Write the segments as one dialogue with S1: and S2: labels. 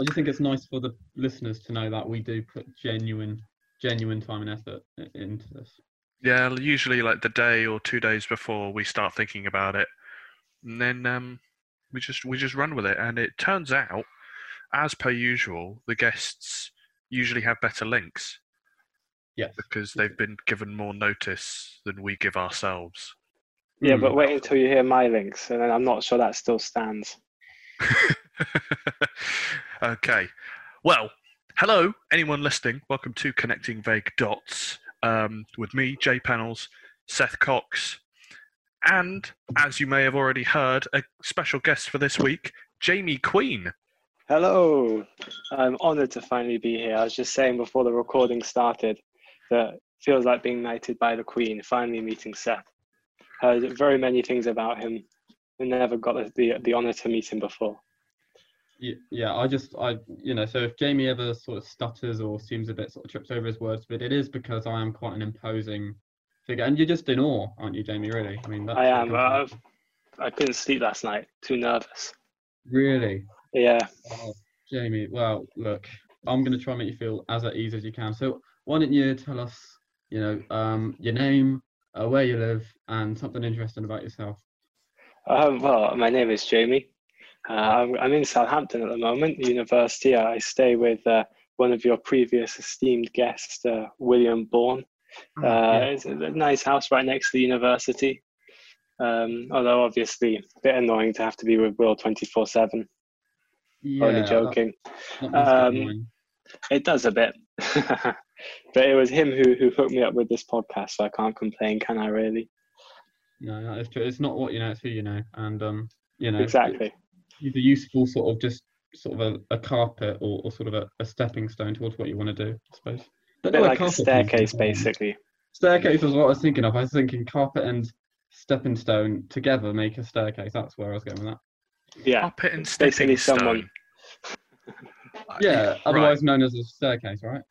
S1: I just think it's nice for the listeners to know that we do put genuine, genuine time and effort i- into this.
S2: Yeah, usually like the day or two days before we start thinking about it, and then um, we just we just run with it. And it turns out, as per usual, the guests usually have better links
S1: Yes.
S2: because they've been given more notice than we give ourselves.
S3: Yeah,
S1: Mm.
S3: but wait until you hear my links, and then I'm not sure that still stands.
S2: okay. Well, hello, anyone listening. Welcome to Connecting Vague Dots um, with me, Jay Panels, Seth Cox, and as you may have already heard, a special guest for this week, Jamie Queen.
S3: Hello, I'm honoured to finally be here. I was just saying before the recording started that it feels like being knighted by the Queen. Finally meeting Seth. Heard very many things about him, and never got the the, the honour to meet him before.
S1: Y- Yeah, I just, I, you know, so if Jamie ever sort of stutters or seems a bit sort of trips over his words, but it is because I am quite an imposing figure, and you're just in awe, aren't you, Jamie? Really? I mean, that's
S3: I
S1: what
S3: am.
S1: comes
S3: Uh,
S1: out.
S3: I couldn't sleep last night. Too nervous.
S1: really,
S3: Yeah.
S1: Oh, Jamie. Well, look, I'm going to try and make you feel as at ease as you can. So why don't you tell us, you know, um, your name, uh, where you live, and something interesting about yourself.
S3: Um, well, my name is Jamie. Uh, I'm, I'm in Southampton at the moment, university. I stay with uh, one of your previous esteemed guests, uh, William Bourne. Uh,
S1: Hmm, Yeah.
S3: It's a nice house right next to the university. Um, although obviously a bit annoying to have to be with Will 24/7. Only
S1: Yeah,
S3: joking.
S1: that's not my
S3: Um,
S1: storyline.
S3: It does a bit, but it was him who who hooked me up with this podcast, so I can't complain, can I? Really?
S1: No, that is true. It's not what you know, it's who you know. And um, you know,
S3: Exactly.
S1: He's a useful sort of just sort of a, a carpet or, or sort of a, a stepping stone towards what you want to do, I suppose.
S3: A
S1: Don't know
S3: bit
S1: why
S3: like a
S1: carpet is
S3: staircase,
S1: important.
S3: basically.
S1: Staircase was what I was thinking of. I was thinking carpet and stepping stone together make a staircase. That's where I was going with that.
S3: Yeah.
S2: Carpet and
S3: it's
S2: stepping
S3: basically
S2: stone.
S3: someone-
S2: Uh,
S1: Yeah,
S2: Right.
S1: otherwise known as a staircase, right?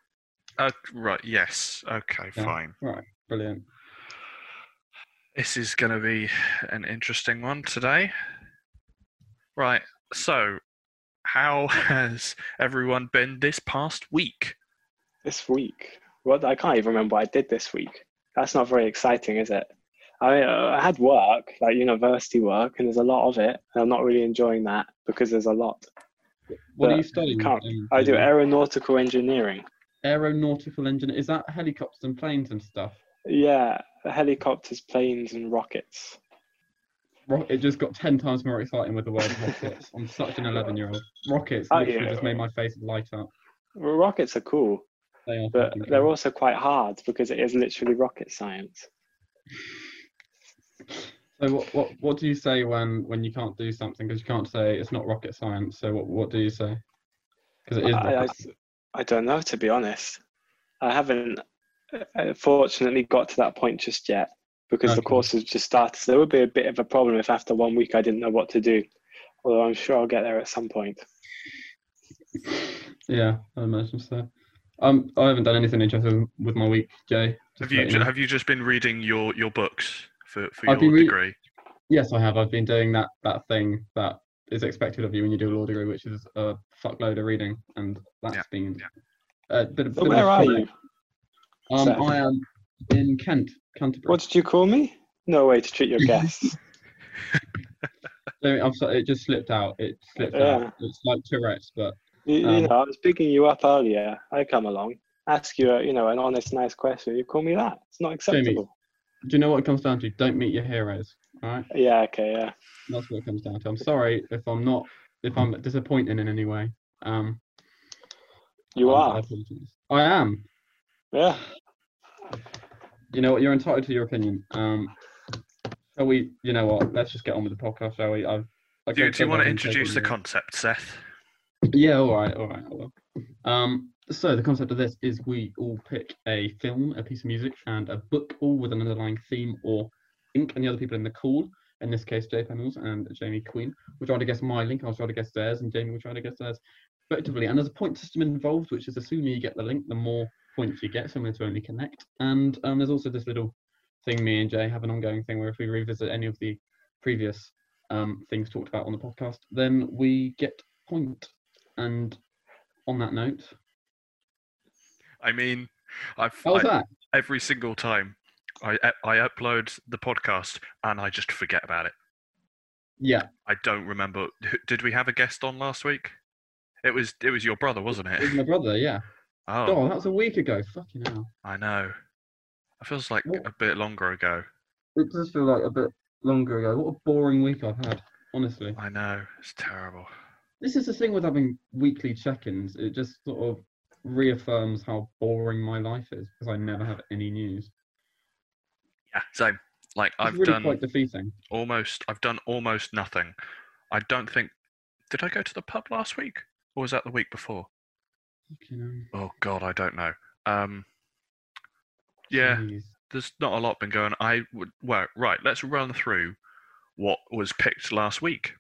S2: Uh, right. Yes. Okay.
S1: Yeah.
S2: Fine.
S1: Right. Brilliant.
S2: This is going to be an interesting one today. Right. So, how has everyone been this past week?
S3: This week? What? I can't even remember what I did this week. That's not very exciting, is it? I uh, I had work, like university work, and there's a lot of it, and I'm not really enjoying that because there's a lot.
S1: What
S3: But
S1: are you studying?
S3: can't-
S1: um,
S3: I do
S1: Jamie?
S3: aeronautical engineering.
S1: aeronautical engineer. Is that helicopters and planes and stuff?
S3: Yeah, helicopters, planes, and rockets.
S1: Ro- It just got ten times more exciting with the word rockets. I'm such an eleven-year-old. Rockets
S3: Oh,
S1: literally
S3: yeah.
S1: just made my face light up.
S3: Well, rockets are cool,
S1: They are.
S3: but
S1: fucking
S3: they're
S1: cool.
S3: also quite hard because it is literally rocket science.
S1: So what, what what do you say when when you can't do something because you can't say it's not rocket science? So what what do you say? Because it is.
S3: I, I,
S1: rocket
S3: I don't know, to be honest. I haven't, uh, fortunately, got to that point just yet because the
S1: Okay.
S3: course has just started. So there would be a bit of a problem if after one week I didn't know what to do. Although I'm sure I'll get there at some point.
S1: yeah, I imagine so. Um, I haven't done anything interesting with my week, Jay. just
S2: Have
S1: to
S2: you
S1: let
S2: ju-
S1: know.
S2: have you just been reading your your books for for
S1: I've been
S2: your
S1: rea-
S2: degree?
S1: Yes, I have. I've been doing that that thing that is expected of you when you do a law degree, which is a fuckload of reading, and that's
S2: Yeah,
S1: been a bit of.
S3: So
S1: bit of a
S3: where are
S1: challenge.
S3: you?
S1: Um,
S3: Seth?
S1: I am in Kent, Canterbury.
S3: What did you call me? No way to treat your guests.
S1: So, I'm sorry, it just slipped out. It slipped
S3: Yeah.
S1: out. It's like Tourette's, but
S3: you, you
S1: Um,
S3: know, I was picking you up earlier. I come along, ask you, a, you know, an honest, nice question. You call me that. It's not
S1: Jamie.
S3: acceptable.
S1: do you know what it comes down to? Don't meet your heroes. All right,
S3: Yeah, okay, yeah.
S1: that's what it comes down to. I'm sorry if I'm not if I'm disappointing in any way. Um,
S3: You
S1: I- I,
S3: are.
S1: apologise. I am.
S3: Yeah.
S1: You know what? You're entitled to your opinion. Um, shall we? You know what? Let's just get on with the podcast, shall we? I've, I've
S2: Do,
S1: gone
S2: do
S1: so
S2: you want
S1: long
S2: to
S1: and taken
S2: introduce the
S1: over.
S2: concept, Seth?
S1: Yeah, all right, all right, I will. Um, so the concept of this is we all pick a film, a piece of music, and a book, all with an underlying theme or link, and the other people in the call, in this case, Jay Panels and Jamie Queen, will try to guess my link, I'll try to guess theirs, and Jamie will try to guess theirs respectively. And there's a point system involved, which is the sooner you get the link, the more points you get, similar to Only Connect. And um, there's also this little thing me and Jay have an ongoing thing where if we revisit any of the previous um, things talked about on the podcast, then we get point and on that note.
S2: I mean, I've
S1: How was
S2: I-
S1: that?
S2: every single time I e, I upload the podcast and I just forget about it.
S1: Yeah,
S2: I don't remember. who- Did we have a guest on last week? It was it was your brother, wasn't
S1: it was
S2: it?
S1: my brother. Yeah.
S2: Oh,
S1: Oh, that was a week ago. Fucking hell.
S2: I know. It feels like
S1: What?
S2: a bit longer ago.
S1: It does feel like a bit longer ago. What a boring week I've had, honestly.
S2: I know it's terrible.
S1: This is the thing with having weekly check-ins. It just sort of reaffirms how boring my life is because I never have any news. It's
S2: Yeah, same. Like I've
S1: really
S2: done
S1: quite defeating.
S2: almost. I've done almost nothing. I don't think. Did I go to the pub last week, or was that the week before?
S1: Fucking hell.
S2: Oh God, I don't know. Um. Yeah.
S1: Jeez.
S2: there's not a lot been going. I would well, right. Let's run through what was picked last week.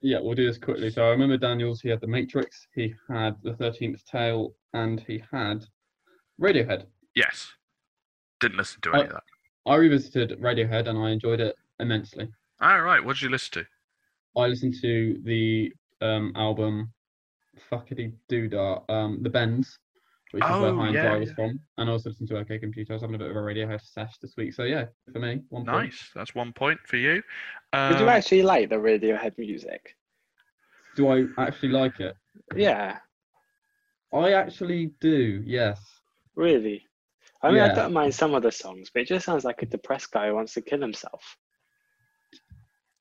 S1: Yeah, we'll do this quickly. So I remember Daniels, he had The Matrix, he had The 13th Tale, and he had Radiohead.
S2: Yes, didn't listen to any of that.
S1: I revisited Radiohead and I enjoyed it immensely.
S2: All right, what did you listen to?
S1: I listened to the um, album Fuckity Doodah, um, The Bends, which is where
S2: Oh,
S1: High and
S2: yeah,
S1: Dry was
S2: yeah.
S1: from. And I also listened to OK Computer. I was having a bit of a Radiohead sesh this week. So yeah, for me, one point.
S2: Nice. That's one point for you.
S3: Did
S1: Uh,
S3: you
S2: Um,
S3: actually like the Radiohead music?
S1: Do I actually like it?
S3: Yeah,
S1: I actually do, yes.
S3: really. I mean,
S1: Yeah.
S3: I don't mind some of the songs, but it just sounds like a depressed guy who wants to kill himself.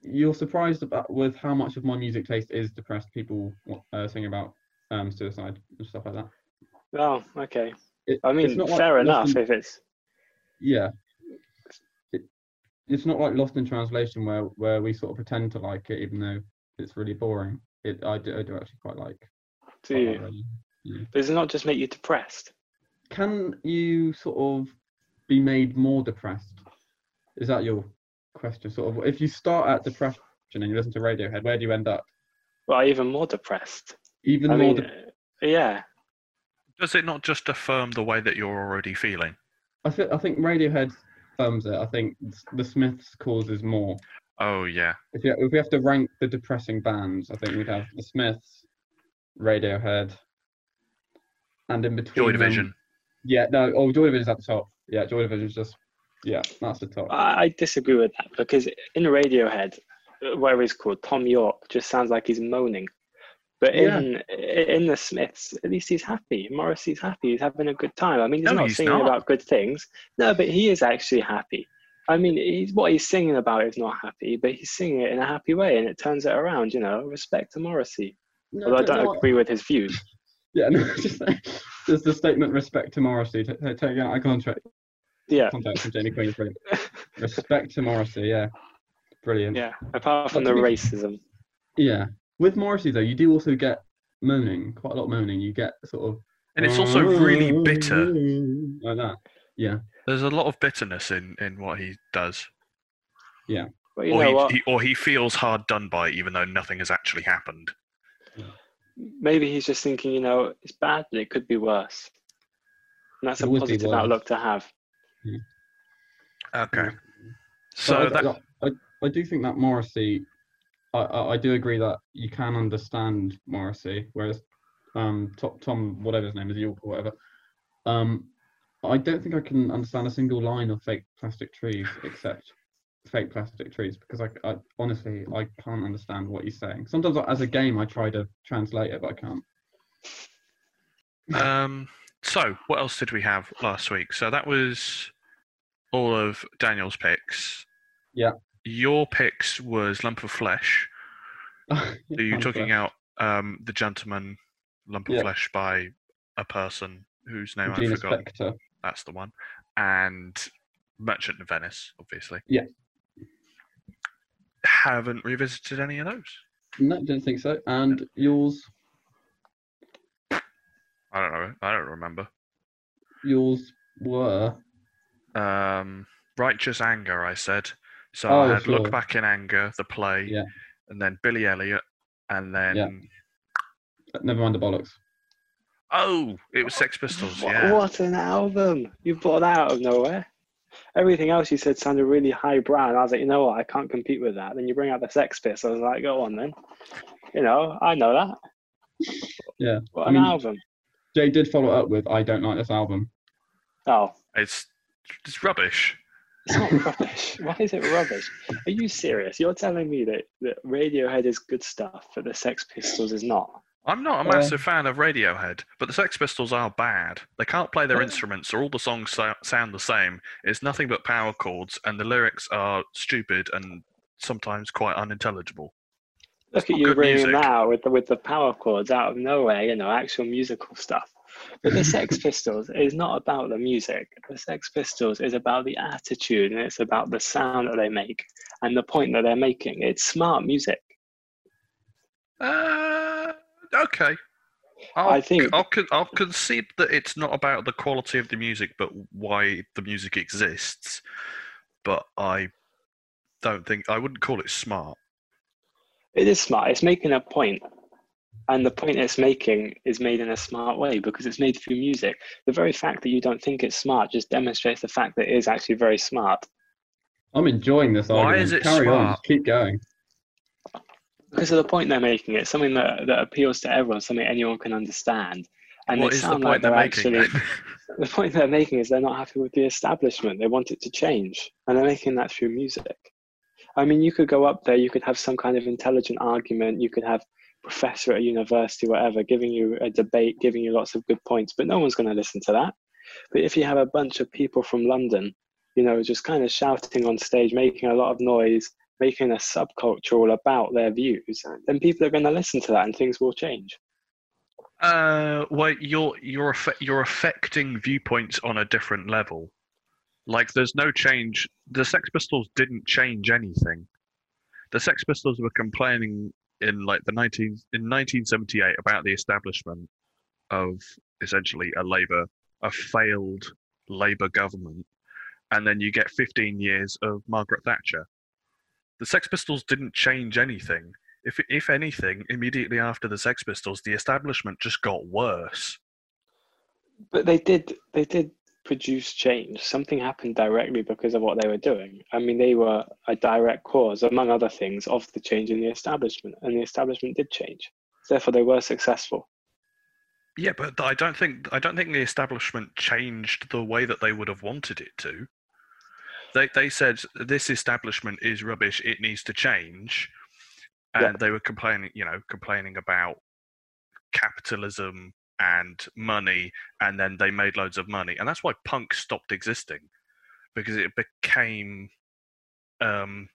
S1: You're surprised about with how much of my music taste is depressed people uh, singing about um, suicide and stuff like that.
S3: Oh, okay.
S1: It-
S3: I
S1: it's
S3: mean,
S1: not like
S3: fair enough
S1: nothing-
S3: if it's
S1: yeah it, it's not like lost in translation where where we sort of pretend to like it even though it's really boring it i do, I do actually quite like
S3: to
S1: quite
S3: you.
S1: like Radiohead.
S3: Does it not just make you depressed?
S1: can you sort of be made more depressed is that your question sort of if you start at depression and you listen to radiohead where do you end up
S3: Well, even more depressed.
S1: even
S3: I
S1: more
S3: mean,
S1: de-
S3: uh, yeah.
S2: does it not just affirm the way that you're already feeling?
S1: I, th- I think radiohead thumbs it i think the smiths causes more
S2: Oh yeah.
S1: if, you, if we have to rank the depressing bands, I think we'd have the Smiths, Radiohead, and in between
S2: Joy
S1: them-
S2: Division.
S1: yeah, no, oh, Joy Division's at the top. Yeah, Joy Division's just yeah, that's the top.
S3: I I disagree with that because in Radiohead, uh, where he's called Tom York, just sounds like he's moaning. But
S1: Yeah.
S3: in i- in the Smiths, at least he's happy. Morrissey's happy. He's having a good time. I mean, he's
S2: No,
S3: not
S2: he's
S3: singing
S2: not.
S3: about good things. No, but he is actually happy. I mean, he's what he's singing about is not happy, but he's singing it in a happy way, and it turns it around. You know, respect to Morrissey.
S1: No,
S3: Although I
S1: no,
S3: don't
S1: I-
S3: agree with his views.
S1: Yeah, no, just there's the statement respect to Morrissey. T- t- Taking out a contract
S3: Yeah,
S1: contact from Jamie Queen is brilliant. respect to Morrissey, yeah, brilliant.
S3: yeah. Apart from the
S1: But to be-
S3: racism.
S1: Yeah. with Morrissey though, you do also get moaning, quite a lot of moaning. You get sort of
S2: And it's also really bitter.
S1: like that.
S2: There's a lot of bitterness in, in what he does,
S3: But you
S2: or
S3: know
S2: he,
S3: what?
S2: he or he feels hard done by, even though nothing has actually happened.
S3: maybe he's just thinking, you know, it's bad, but it could be worse. And that's
S1: It
S3: a
S1: would be
S3: positive
S1: worse.
S3: outlook to have.
S2: Okay. So
S1: So
S2: that
S1: I, I do think that Morrissey, I, I, I do agree that you can understand Morrissey, whereas um, Top, Tom, whatever his name is, York or whatever, um, I don't think I can understand a single line of fake plastic trees except fake plastic trees because I, I honestly I can't understand what he's saying. Sometimes I, as a game I try to translate it, but I can't.
S2: Um, so, what else did we have last week? So that was all of Daniel's picks.
S1: Yeah.
S2: Your picks was Lump of Flesh. Are you
S1: Can't
S2: talking
S1: do it.
S2: out um, The Gentleman Lump of
S1: Yeah.
S2: Flesh by a person whose name
S1: Gina
S2: I've forgotten?
S1: Spector.
S2: That's the one. And Merchant of Venice, obviously.
S1: Yeah.
S2: Haven't revisited any of those.
S1: No, don't think so. And yours,
S2: I don't know. I don't remember.
S1: yours were
S2: um, righteous anger. I said so.
S1: Oh,
S2: I had
S1: sure.
S2: look back in anger, the play,
S1: Yeah.
S2: and then Billy Elliot, and then
S1: never mind the bollocks.
S2: oh, it was Sex Pistols.
S3: Wha-
S2: Yeah,
S3: What an album! You brought that out of nowhere. Everything else you said sounded really highbrow, and I was like, you know what, I can't compete with that. Then you bring out the Sex Pistols, I was like, go on then. You know, I know that.
S1: Yeah.
S3: What
S1: I
S3: an
S1: mean-
S3: album.
S1: Jay did follow up with I don't like this album.
S3: Oh,
S2: It's it's rubbish.
S3: it's not rubbish. Why is it rubbish? Are you serious? You're telling me that, that Radiohead is good stuff, but the Sex Pistols is not.
S2: I'm not a
S1: Yeah.
S2: massive fan of Radiohead, but the Sex Pistols are bad. They can't play their
S1: Yeah.
S2: instruments, or all the songs so- sound the same. It's nothing but power chords, and the lyrics are stupid and sometimes quite unintelligible.
S3: Look at
S2: not
S3: you
S2: good
S3: bringing
S2: music.
S3: that out with the, with the power chords out of nowhere, you know, actual musical stuff. But the Sex Pistols is not about the music. The Sex Pistols is about the attitude and it's about the sound that they make and the point that they're making. It's smart music.
S2: Uh, okay. I'll,
S3: I think-
S2: I'll, con- I'll concede that it's not about the quality of the music, but why the music exists. But I don't think I wouldn't call it smart.
S3: It is smart. It's making a point, and the point it's making is made in a smart way because it's made through music. The very fact that you don't think it's smart just demonstrates the fact that it is actually very smart
S1: I'm enjoying this
S2: Why
S1: argument.
S2: is it
S1: Carry on,
S2: smart?
S1: just keep going.
S3: because of the point they're making. It's something that, that appeals to everyone, something anyone can understand. And
S2: what
S3: they
S2: is the
S3: sound
S2: point
S3: like
S2: they're
S3: they're
S2: making?
S3: actually the point they're making is they're not happy with the establishment. They want it to change, and they're making that through music. I mean, you could go up there, you could have some kind of intelligent argument, you could have professor at a university, whatever, giving you a debate, giving you lots of good points, but no one's going to listen to that. But if you have a bunch of people from London, you know, just kind of shouting on stage, making a lot of noise, making a subculture all about their views, then people are going to listen to that, and things will change.
S2: Uh, wait, you're you're affe- you're affecting viewpoints on a different level. Like, there's no change. The Sex Pistols didn't change anything. The Sex Pistols were complaining in like the 19 in 1978 about the establishment of essentially a labor a failed labor government, and then you get 15 years of Margaret Thatcher. The Sex Pistols didn't change anything if if anything, immediately after the Sex Pistols, the establishment just got worse.
S3: But they did they did produce change. Something happened directly because of what they were doing. I mean they were a direct cause, among other things, of the change in the establishment. And the establishment did change. Therefore they were successful.
S2: Yeah, but I don't think I don't think the establishment changed the way that they would have wanted it to. They they said this establishment is rubbish. It needs to change, and
S3: Yeah.
S2: they were complaining, you know, complaining about capitalism and money, and then they made loads of money, and that's why punk stopped existing because it became um,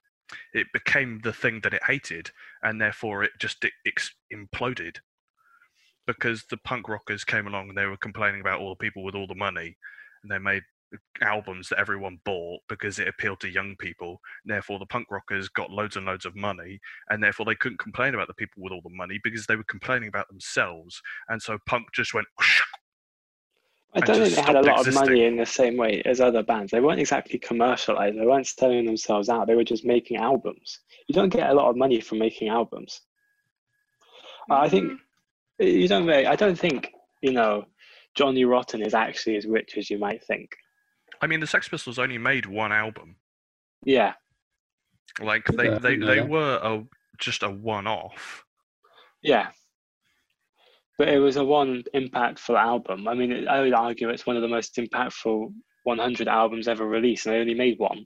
S2: it became the thing that it hated, and therefore it just i- ex- imploded because the punk rockers came along and they were complaining about all the people with all the money, and they made albums that everyone bought because it appealed to young people. and Therefore, the punk rockers got loads and loads of money, and therefore they couldn't complain about the people with all the money because they were complaining about themselves. And so punk just went.
S3: I
S2: And
S3: don't
S2: just
S3: think they had a
S2: stopped
S3: lot of money
S2: existing.
S3: in the same way as other bands. They weren't exactly commercialized. They weren't selling themselves out. They were just making albums. You don't get a lot of money from making albums. Uh, I think
S2: Mm.
S3: you don't. Really, I don't think you know Johnny Rotten is actually as rich as you might think.
S2: I mean, the Sex Pistols only made one album.
S3: Yeah,
S2: Like they
S1: Yeah, I
S2: they,
S1: know
S2: they
S1: that.
S2: were a, just a one off.
S3: Yeah. But it was a one impactful album. I mean, I would argue it's one of the most impactful 100 albums ever released, and they only made one.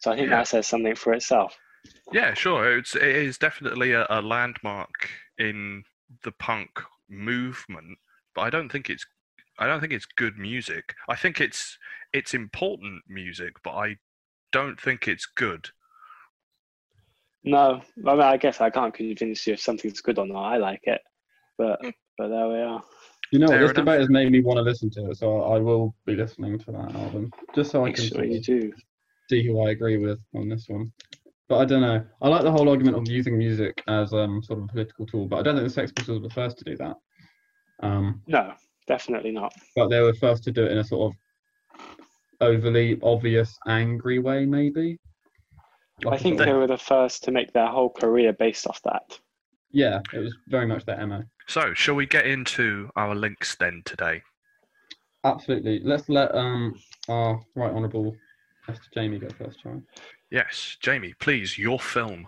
S3: So I think
S2: Yeah.
S3: that says something for itself.
S2: Yeah, sure. It's it is definitely a, a landmark in the punk movement, but I don't think it's I don't think it's good music. I think it's it's important music, but I don't think it's good.
S3: No, I mean, I guess I can't convince you if something's good or not. I like it. But but there we are.
S1: You know, what,
S2: Fair
S1: this
S2: enough.
S1: debate has made me want to listen to it, so I will be listening to that album just so I
S3: Make
S1: can
S3: sure
S1: sort
S3: you
S1: of
S3: do.
S1: see who I agree with on this one. But I don't know. I like the whole argument of using music as um sort of a political tool, but I don't think the Sex Pistols were the first to do that. Um,
S3: No, definitely not.
S1: but they were first to do it in a sort of overly obvious, angry way, maybe. Like
S3: I
S1: a
S3: think
S1: sort
S3: they
S1: of-
S3: were the first to make their whole career based off that.
S1: yeah, it was very much their MO.
S2: So, shall we get into our links then today?
S1: Absolutely. Let's let um our right honourable Mr. Jamie go first, shall we?
S2: Yes, Jamie, please, your film.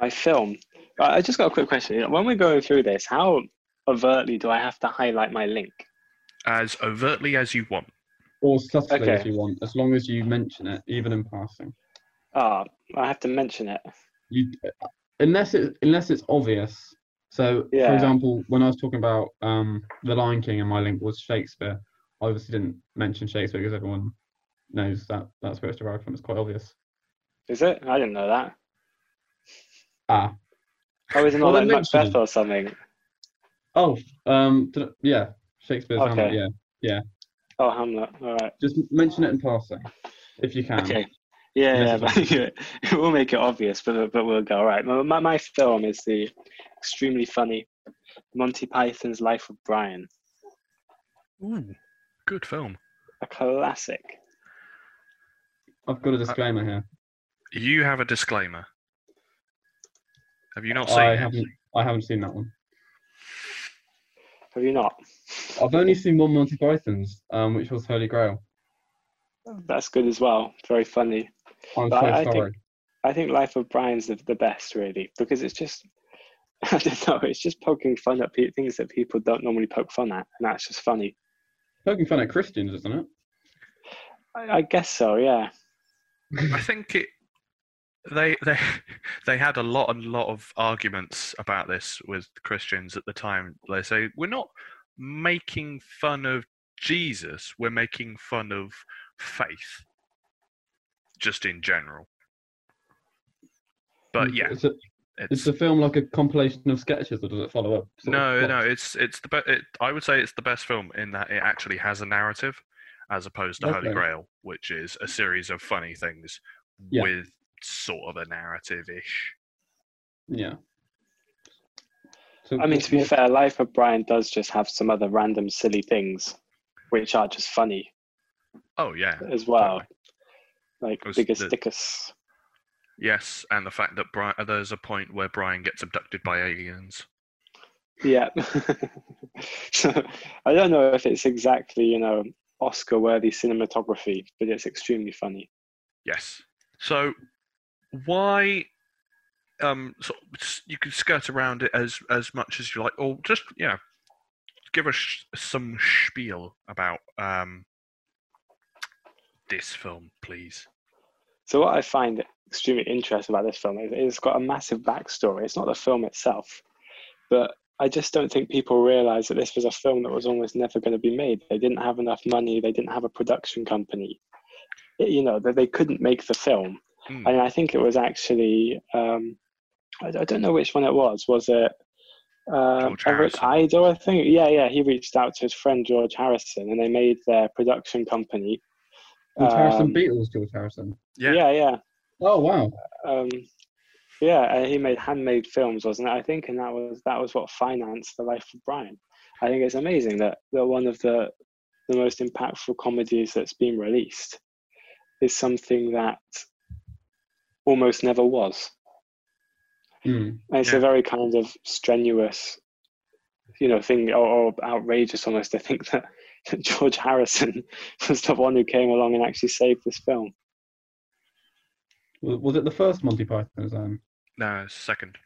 S3: My film. I I just got a quick question. When we're going through this, how overtly do I have to highlight my link?
S2: as overtly as you want.
S1: Or subtly
S3: Okay.
S1: if you want, as long as you mention it, even in passing.
S3: Ah, I have to mention it.
S1: You, uh, unless it unless it's obvious. So, for
S3: Yeah.
S1: example, when I was talking about um, the Lion King and my link was Shakespeare, I obviously didn't mention Shakespeare because everyone knows that that's where it's derived from. It's quite obvious.
S3: Is it? I didn't know that.
S1: Ah,
S3: I was
S1: Well,
S3: not like
S1: then mention
S3: Macbeth or something.
S1: oh, um, did I- yeah, Shakespeare's Hamlet,
S3: Okay.
S1: Yeah,
S3: Oh, Hamlet. All right.
S1: just mention it in passing if you can.
S3: Okay. Yeah, yeah,
S1: Yes,
S3: but we'll make it obvious, but but we'll go. All right. My, my, my film is the extremely funny Monty Python's Life of Brian,
S2: Ooh, good film.
S3: a classic.
S1: I've got a disclaimer here.
S2: You have a disclaimer. Have you not seen
S1: I
S2: it?
S1: haven't. I haven't seen that one.
S3: Have you not?
S1: I've only seen one Monty Python's, um, which was Holy Grail.
S3: That's good as well. Very funny.
S1: I'm so
S3: But I- I think-
S1: sorry.
S3: I think Life of Brian's the, the best, really, because it's just, I don't know, it's just poking fun at pe- things that people don't normally poke fun at, and that's just funny.
S1: Poking fun at Christians, isn't it?
S3: I, I guess so, yeah.
S2: I think it. They they they had a lot and lot of arguments about this with Christians at the time. They say we're not making fun of Jesus. We're making fun of faith, just in general.
S3: Hmm.
S2: But yeah,
S1: Is, it, is
S2: it's
S1: the film like a compilation of sketches, or does it follow up? sort of
S2: no
S1: plots?
S2: no it's it's the best. It, I would say it's the best film in that it actually has a narrative, as opposed to Holy
S1: Okay.
S2: Grail, which is a series of funny things
S1: Yeah.
S2: with sort of a narrative ish.
S1: Yeah. So
S3: I mean,
S1: what-
S3: to be
S1: what-
S3: fair, Life of Brian does just have some other random silly things, which are just funny
S2: Oh yeah.
S3: as well, like
S2: Was
S3: biggest
S2: the-
S3: dickus.
S2: Yes, and the fact that Brian, there's a point where Brian gets abducted by aliens.
S3: Yeah. so I don't know if it's exactly, you know, Oscar-worthy cinematography, but it's extremely funny.
S2: Yes. So why um so s- you can skirt around it as as much as you like or just you know give us sh- some spiel about um this film please.
S3: So what I find extremely interesting about this film is it's got a massive backstory. It's not the film itself, but I just don't think people realize that this was a film that was almost never going to be made. They didn't have enough money. They didn't have a production company. It- you know that they couldn't make the film,
S2: Hmm.
S3: and I think it was actually um, I, I don't know which one it was. Was it? Um,
S2: George
S3: Eric
S2: Harrison.
S3: Idle, I think. Yeah, yeah. He reached out to his friend George Harrison, and they made their production company.
S1: George Harrison
S3: um,
S1: Beatles, George Harrison.
S2: Yeah.
S3: yeah, yeah.
S1: Oh wow.
S3: um yeah and he made handmade films wasn't it i think and that was that was what financed the life of brian i think it's amazing that, that one of the the most impactful comedies that's been released is something that almost never was
S1: Mm.
S3: and it's
S2: Yeah.
S3: a very kind of strenuous you know thing or, or outrageous almost to think that george harrison was the one who came along and actually saved this film
S1: Was, was it the first Monty Python's um,
S2: No, second.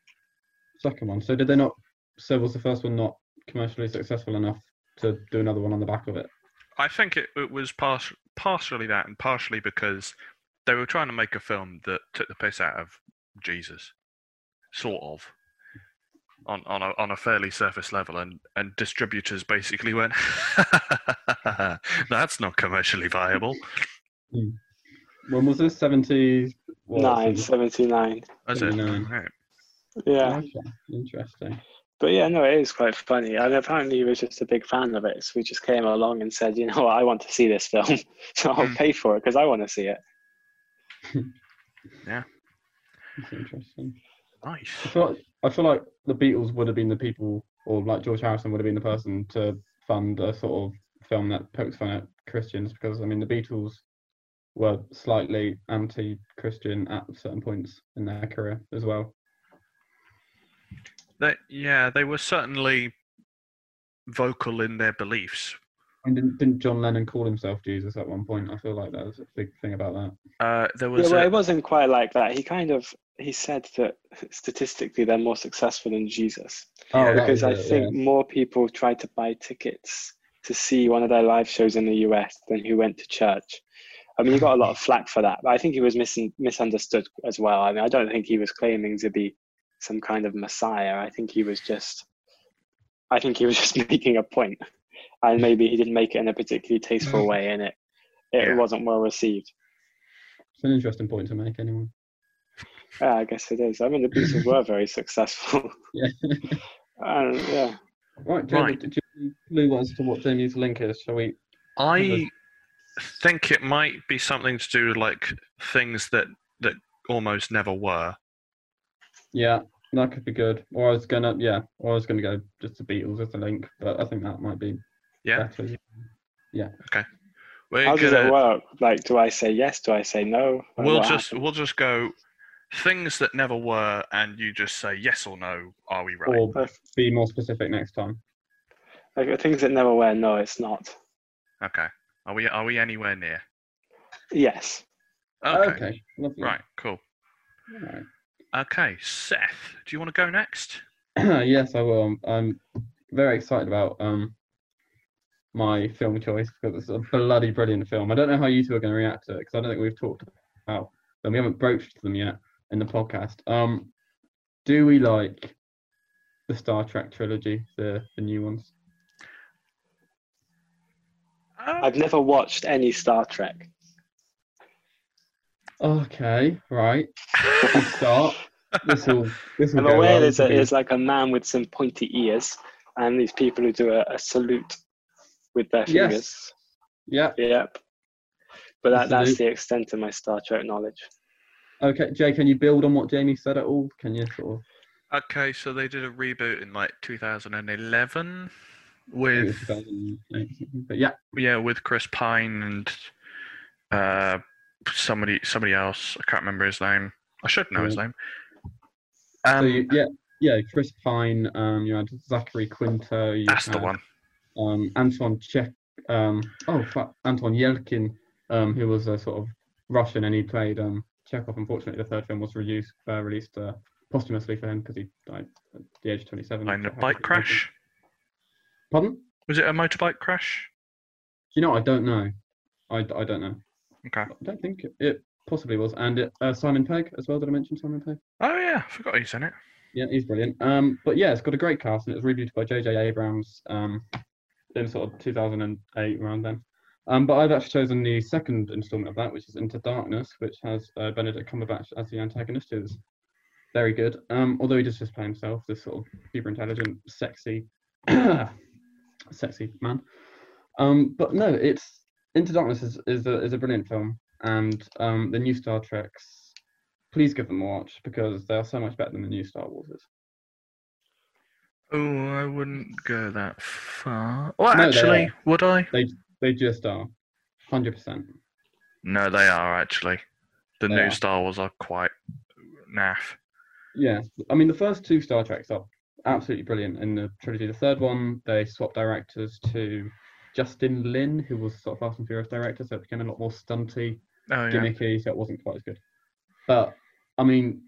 S1: second one? So did they not? So was the first one not commercially successful enough to do another one on the back of it?
S2: I think it, it was pars- partially that, and partially because they were trying to make a film that took the piss out of Jesus, sort of, on on a on a fairly surface level, and and distributors basically went, "That's not commercially viable."
S1: Hmm. When was this? Seventy. what,
S3: nine
S1: 79?
S3: seventy nine
S2: As it,
S1: Mm.
S2: right.
S3: yeah
S1: Okay, Interesting.
S3: But yeah, no, it is quite funny. And apparently he was just a big fan of it. So he just came along and said, you know what, I want to see this film. so I'll
S2: Mm.
S3: pay for it because I want to see it.
S1: That's interesting. I
S2: nice.
S1: feel like I feel like the Beatles would have been the people, or like George Harrison would have been the person to fund a sort of film that pokes fun at Christians, because I mean the Beatles were slightly anti-Christian at certain points in their career as well.
S2: They, yeah, they were certainly vocal in their beliefs,
S1: mean, didn't, didn't John Lennon call himself Jesus at one point? I feel like that was a big thing about that.
S2: Uh, there
S3: Yeah,
S2: was
S3: well,
S2: a-
S3: it wasn't quite like that. He kind of he said that statistically they're more successful than Jesus
S2: Yeah,
S1: Oh, that was
S3: because I
S1: it,
S3: think more people tried to buy tickets to see one of their live shows in the U.S. than who went to church. I mean, he got a lot of flack for that, but I think he was mis- misunderstood as well. I mean, I don't think he was claiming to be some kind of messiah. I think he was just, I think he was just making a point, and maybe he didn't make it in a particularly tasteful way, and it it
S2: Yeah.
S3: wasn't well received.
S1: It's an interesting point to make, anyway.
S3: Yeah, I guess it is. I mean, the Beatles were very successful.
S1: Yeah.
S3: And, yeah.
S1: Right, do you, have-
S2: Right.
S1: do you have any clue as to what Jamie's link is? Shall we?
S2: I think it might be something to do with like things that that almost never were.
S1: Yeah, that could be good. Or I was gonna, yeah, or I was gonna go just the Beatles as the link, but I think that might be
S2: Yeah.
S1: better.
S2: We're
S3: How does it
S2: gonna-
S3: work? Like, do I say yes? Do I say no? Like,
S2: We'll
S3: what
S2: just
S3: happens?
S2: we'll just go things that never were, and you just say yes or no. Are we right?
S1: Or be more specific next time.
S3: Like the things that never were. No, it's not.
S2: Okay. Are we are we anywhere near?
S3: Yes.
S2: Okay.
S1: lovely.
S2: Right. Cool.
S1: All right.
S2: Okay, Seth, do you want to go next?
S1: yes, I will. I'm- I'm very excited about um my film choice because it's a bloody brilliant film. I don't know how you two are going to react to it because I don't think we've talked about them. We haven't broached them yet in the podcast. Um, do we like the Star Trek trilogy, the the new ones?
S3: I've never watched any Star Trek.
S1: Okay, right. We start. This will. This will
S3: I'm
S1: go
S3: aware
S1: well.
S3: there's,
S1: This will
S3: a,
S1: be-
S3: there's like a man with some pointy ears, and these people who do a, a salute with their
S1: Yes.
S3: fingers.
S1: Yeah.
S3: Yep. But that, that's
S1: Salute.
S3: the extent of my Star Trek knowledge.
S1: Okay, Jay. Can you build on what Jamie said at all? Can you sort of?
S2: okay, so they did a reboot in like 2011
S1: maybe
S2: with
S1: 2008, But yeah.
S2: yeah with Chris Pine and uh somebody somebody else. I can't remember his name. I should know his name. Um,
S1: so you, yeah, yeah, Chris Pine. Um, you had Zachary Quinto. You
S2: that's the
S1: had,
S2: one.
S1: Um, Anton Czech. Um, oh, fuck, Anton Yelkin, um, who was a sort of Russian, and he played um, Chekhov. Unfortunately, the third film was reduced, uh, released uh, posthumously for him because he died at the age of 27.
S2: In a
S1: So-
S2: bike crash.
S1: Pardon? Do
S2: Was it a motorbike crash?
S1: you know? what? I don't know. I, I don't know.
S2: Okay.
S1: I don't think it, it possibly was. And it, uh, Simon Pegg as well. Did I mention Simon Pegg?
S2: Oh yeah, I forgot he's in it.
S1: Yeah, he's brilliant. Um, but yeah, it's got a great cast, and it was rebooted by J.J. Abrams um, in sort of 2008 around then. Um, but I've actually chosen the second instalment of that, which is Into Darkness, which has uh, Benedict Cumberbatch as the antagonist, who is very good. Um, although he does just play himself, this sort of super intelligent, sexy, sexy man. Um, but no, it's Into Darkness is is a, is a brilliant film, and um, the new Star Trek's please give them a watch because they are so much better than the new Star Wars is.
S2: Oh, I wouldn't go that far. Well,
S1: No, they
S2: actually, would I?
S1: They just are, hundred percent.
S2: No, they are actually. The
S1: They
S2: new
S1: are.
S2: Star Wars are quite naff.
S1: Yeah, I mean the first two Star Treks are absolutely brilliant in the trilogy. The third one they swapped directors to Justin Lin, who was sort of Fast and Furious director, so it became a lot more stunty,
S2: Oh yeah.
S1: gimmicky, so it wasn't quite as good. But I mean,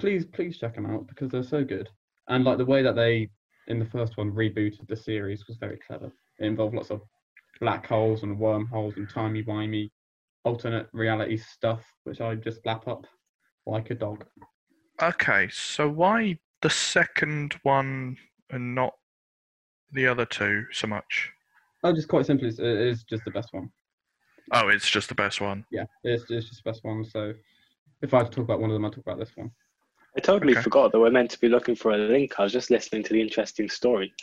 S1: please, please check them out because they're so good. And like the way that they in the first one rebooted the series was very clever. It involved lots of black holes and wormholes and timey wimey alternate reality stuff, which I just lap up like a dog.
S2: Okay, so why the second one and not the other two so much?
S1: Oh, just quite simply, it's, it is just the best one.
S2: Oh, it's just the best one.
S1: Yeah, it's, it's just the best one. So if I had to talk about one of them, I'd talk about this one.
S3: I totally
S2: Okay.
S3: forgot that we're meant to be looking for a link. I was just listening to the interesting story.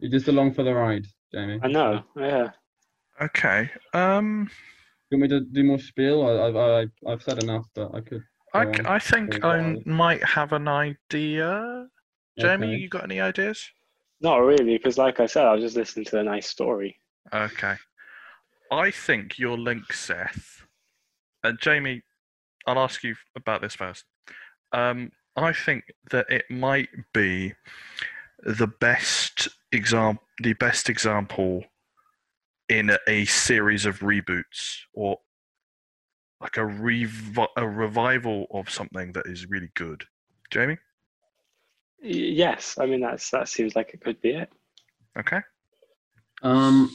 S1: You're just along for the ride, Jamie.
S3: I know. Yeah.
S2: okay. Um,
S1: You want me to do more spiel? I, I, I, I've said enough that I could.
S2: I,
S1: go
S2: c-
S1: on.
S2: I think
S1: go
S2: I
S1: on.
S2: might have an idea. Jamie,
S1: Okay.
S2: you got any ideas?
S3: Not really, because like I said, I was just listening to a nice story.
S2: Okay. I think your link, Seth, and Jamie, I'll ask you about this first. Um, I think that it might be the best example, the best example in a, a series of reboots or like a revi- a revival of something that is really good. Jamie,
S3: Y- Yes, I mean that's that seems like it could be it.
S2: okay,
S1: Um,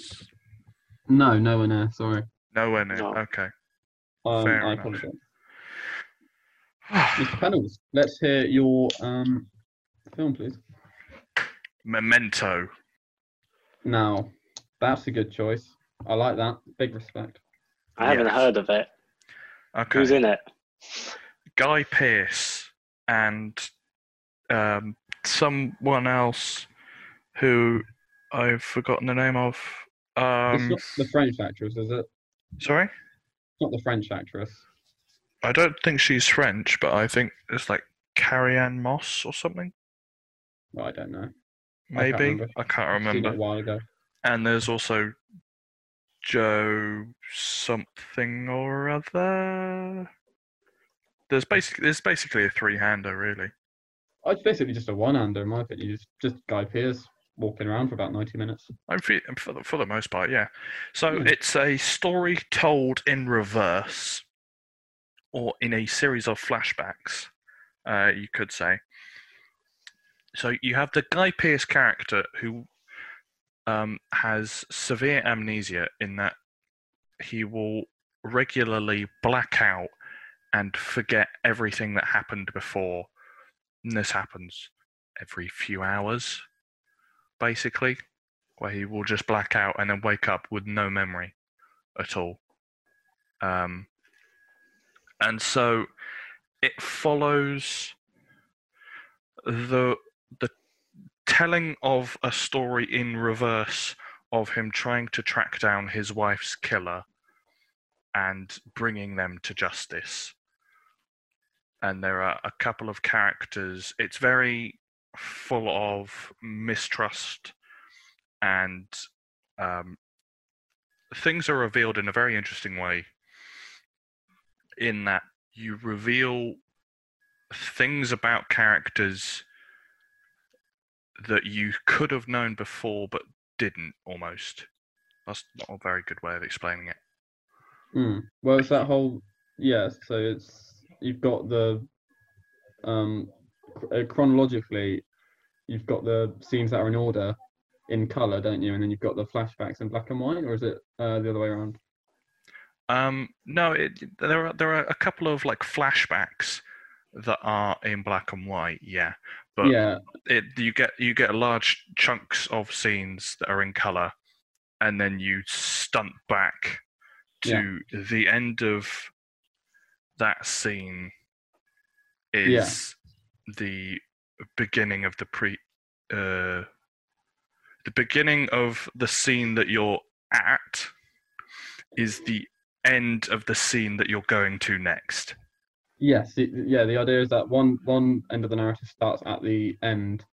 S1: no, no one there. Sorry.
S2: nowhere near.
S3: No.
S2: Okay,
S1: Um,
S2: Fair
S1: I
S2: enough.
S1: apologize. Mr. Panels, let's hear your um film, please.
S2: Memento.
S1: Now, that's a good choice. I like that. Big respect.
S3: I haven't
S2: Yes.
S3: heard of it.
S2: Okay,
S3: Who's in it?
S2: Guy Pearce and um, someone else who I've forgotten the name of.
S1: It's
S2: Um,
S1: not the French actress, is it? It's
S2: sorry,
S1: not the French actress.
S2: I don't think she's French, but I think it's like Carrie Ann Moss or something.
S1: Well, I don't know. can't
S2: Maybe
S1: remember.
S2: I can't
S1: Seen it
S2: remember.
S1: a while ago.
S2: And there's also Joe something or other. There's basically there's basically a three-hander really.
S1: Oh, It's basically just a one-hander, in my opinion. Just, just Guy Pearce walking around for about 90 minutes.
S2: I'm fe- I'm for, the, for the most part, yeah. So
S1: Hmm.
S2: it's a story told in reverse, or in a series of flashbacks, uh, you could say. So you have the Guy Pearce character who um, has severe amnesia in that he will regularly black out and forget everything that happened before. And this happens every few hours, basically where he will just black out and then wake up with no memory at all. Um, and so it follows the the telling of a story in reverse of him trying to track down his wife's killer and bringing them to justice. And there are a couple of characters. It's very full of mistrust and um, things are revealed in a very interesting way in that you reveal things about characters that you could have known before but didn't almost that's not a very good way of explaining it
S1: Hmm. Well, it's that whole yeah. So it's you've got the um cr- uh, chronologically, you've got the scenes that are in order in color, don't you? And then you've got the flashbacks in black and white, or is it uh, the other way around?
S2: Um, no, it, there are there are a couple of like flashbacks that are in black and white, yeah. But
S1: yeah,
S2: it you get you get large chunks of scenes that are in color and then you stunt back
S1: Yeah.
S2: to the end of that scene
S1: Yeah.
S2: is the beginning of the pre uh the beginning of the scene that you're at is the end of the scene that you're going to next
S1: yes, it- yeah. The idea is that one one end of the narrative starts at the end,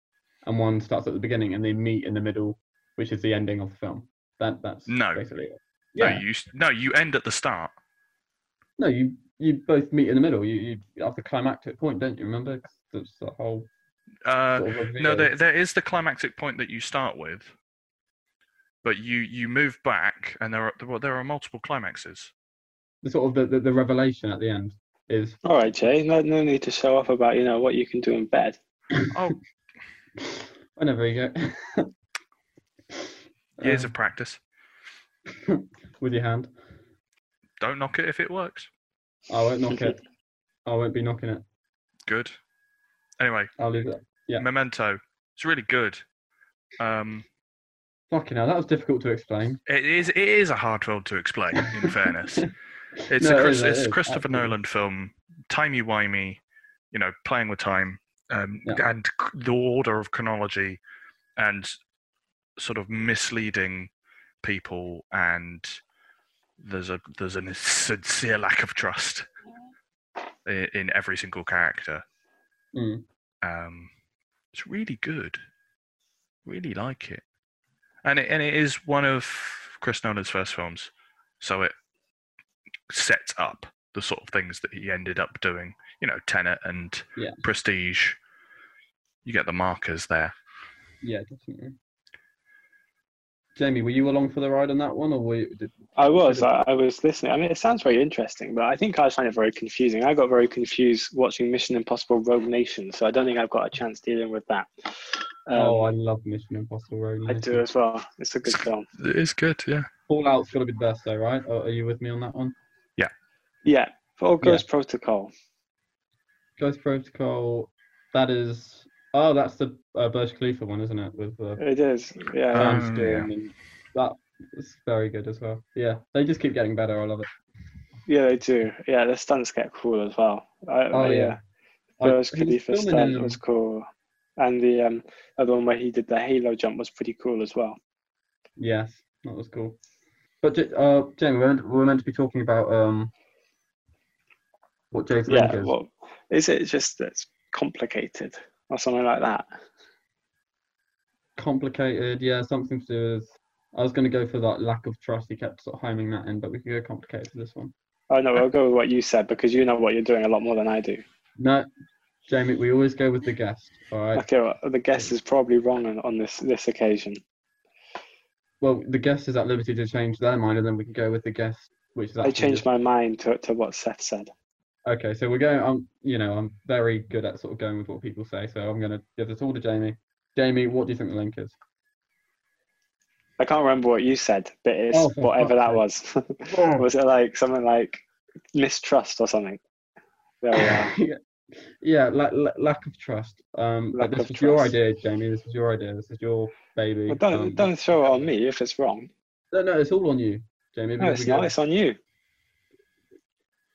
S1: and one starts at the beginning, and they meet in the middle, which is the ending of the film. That that's
S2: No.
S1: basically it.
S2: no
S1: Yeah,
S2: you s- no you end at the start
S1: no, you you both meet in the middle. You you have the climactic point, don't you? Remember, 'Cause that's the whole
S2: uh
S1: sort of
S2: No,
S1: reveal.
S2: there, there is the climactic point that you start with, but you you move back, and there are well, there are multiple climaxes.
S1: the sort of the, the, the revelation at the end is
S3: All right, Jay. No, no need to show off about you know what you can do in bed.
S2: Oh,
S1: whenever you go
S2: years
S1: Uh,
S2: of practice.
S1: with your hand.
S2: Don't knock it if it works.
S1: I won't knock it. I won't be knocking it.
S2: Good. Anyway,
S1: I'll leave it. Yeah.
S2: Memento. It's really good. Um,
S1: Fucking hell, that was difficult to explain.
S2: it is it is a hard film to explain. In fairness, it's
S1: No,
S2: a
S1: it
S2: Chris,
S1: is, it
S2: it's a
S1: is,
S2: Christopher
S1: absolutely.
S2: Nolan film, timey wimey, you know, playing with time, um,
S1: Yeah.
S2: and c- the order of chronology, and sort of misleading people, and there's a there's a sincere lack of trust in, in every single character.
S1: Mm.
S2: Um, it's really good, really like it, and it, and it is one of Chris Nolan's first films, so it sets up the sort of things that he ended up doing. You know, Tenet and
S1: Yeah.
S2: Prestige. You get the markers there.
S1: Yeah, definitely. Jamie, were you along for the ride on that one, or were you, did,
S3: I was. I, I was listening. I mean, it sounds very interesting, but I think I find it very confusing. I got very confused watching Mission Impossible Rogue Nation, so I don't think I've got a chance dealing with that. Um,
S1: oh, I love Mission Impossible Road.
S3: I do as well. It's a good film.
S2: It is good, yeah.
S1: Fallout's got to be the best, though, right? Are are you with me on that one?
S3: Yeah, Paul Ghost Protocol.
S1: Ghost Protocol. That is. Oh, that's the uh, Burj Khalifa one, isn't it? With uh,
S3: It is. Yeah.
S2: Um,
S1: Lance Storm and that is very good as well. Yeah, they just keep getting better. I love it.
S3: Yeah, they do. Yeah, the stunts get cool as well. I,
S1: Oh,
S3: I,
S1: yeah.
S3: uh,
S1: I-
S3: Burj
S1: he was
S3: Khalifa
S1: filming
S3: stunt
S1: in, um,
S3: was cool, and the um, other one where he did the halo jump was pretty cool as well.
S1: Yes, that was cool. But J- uh, Jamie, we're meant, we're meant to be talking about um, what James Link
S3: Yeah.
S1: is.
S3: Well, is it just that it's complicated or something like that?
S1: complicated. Yeah, something to do with. I was going to go for that lack of trust. He kept sort of homing that in, but we could go complicated for this one.
S3: Oh no, I'll go with what you said because you know what you're doing a lot more than I do.
S1: No, Jamie, we always go with the guest. All right.
S3: Okay, well, the guess is probably wrong on, on this this occasion.
S1: Well, the guest is at liberty to change their mind, and then we can go with the guest, which is.
S3: I
S1: actually
S3: changed
S1: just-
S3: my mind to, to what Seth said.
S1: Okay, so we're going. I'm, you know, I'm very good at sort of going with what people say. So I'm going to give this all to Jamie. Jamie, what do you think the link is?
S3: I can't remember what you said, but it's
S1: Oh, for
S3: whatever that was.
S1: fuck's
S3: was it like something like mistrust or something? There we are.
S1: yeah, yeah la- la- lack of trust. Um, but
S3: Lack
S1: this
S3: of
S1: was your
S3: trust.
S1: idea, Jamie. This was your idea. This is your baby.
S3: Well, don't
S1: um,
S3: don't throw it on me if it's wrong.
S1: No, no, it's all on you, Jamie.
S3: No,
S1: because
S3: it's
S1: we
S3: not.
S1: go-
S3: It's on you.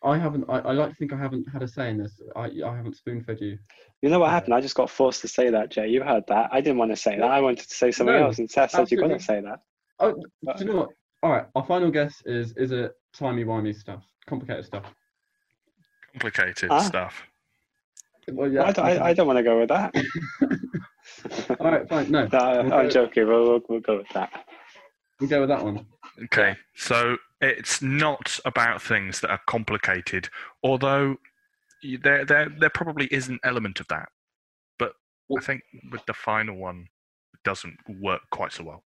S1: I haven't. I, I like to think I haven't had a say in this. I, I haven't spoon fed you.
S3: You know what happened? I just got forced to say that, Jay. You heard that. I didn't want to say that. I wanted to say something
S1: No,
S3: else, and Seth said you couldn't say that.
S1: Oh,
S3: Uh,
S1: do you know what? All right, our final guess is is it timey wimey stuff, complicated stuff.
S2: Complicated
S3: Ah.
S2: stuff.
S1: Well, yeah.
S3: I don't, I, I don't want to go with that.
S1: All right, fine. No,
S3: No, I'm
S1: go-
S3: joking. We'll, we'll, we'll go with that.
S1: we'll go with that one.
S2: Okay, so it's not about things that are complicated, although y- there there there probably is an element of that, but I think with the final one, it doesn't work quite so well.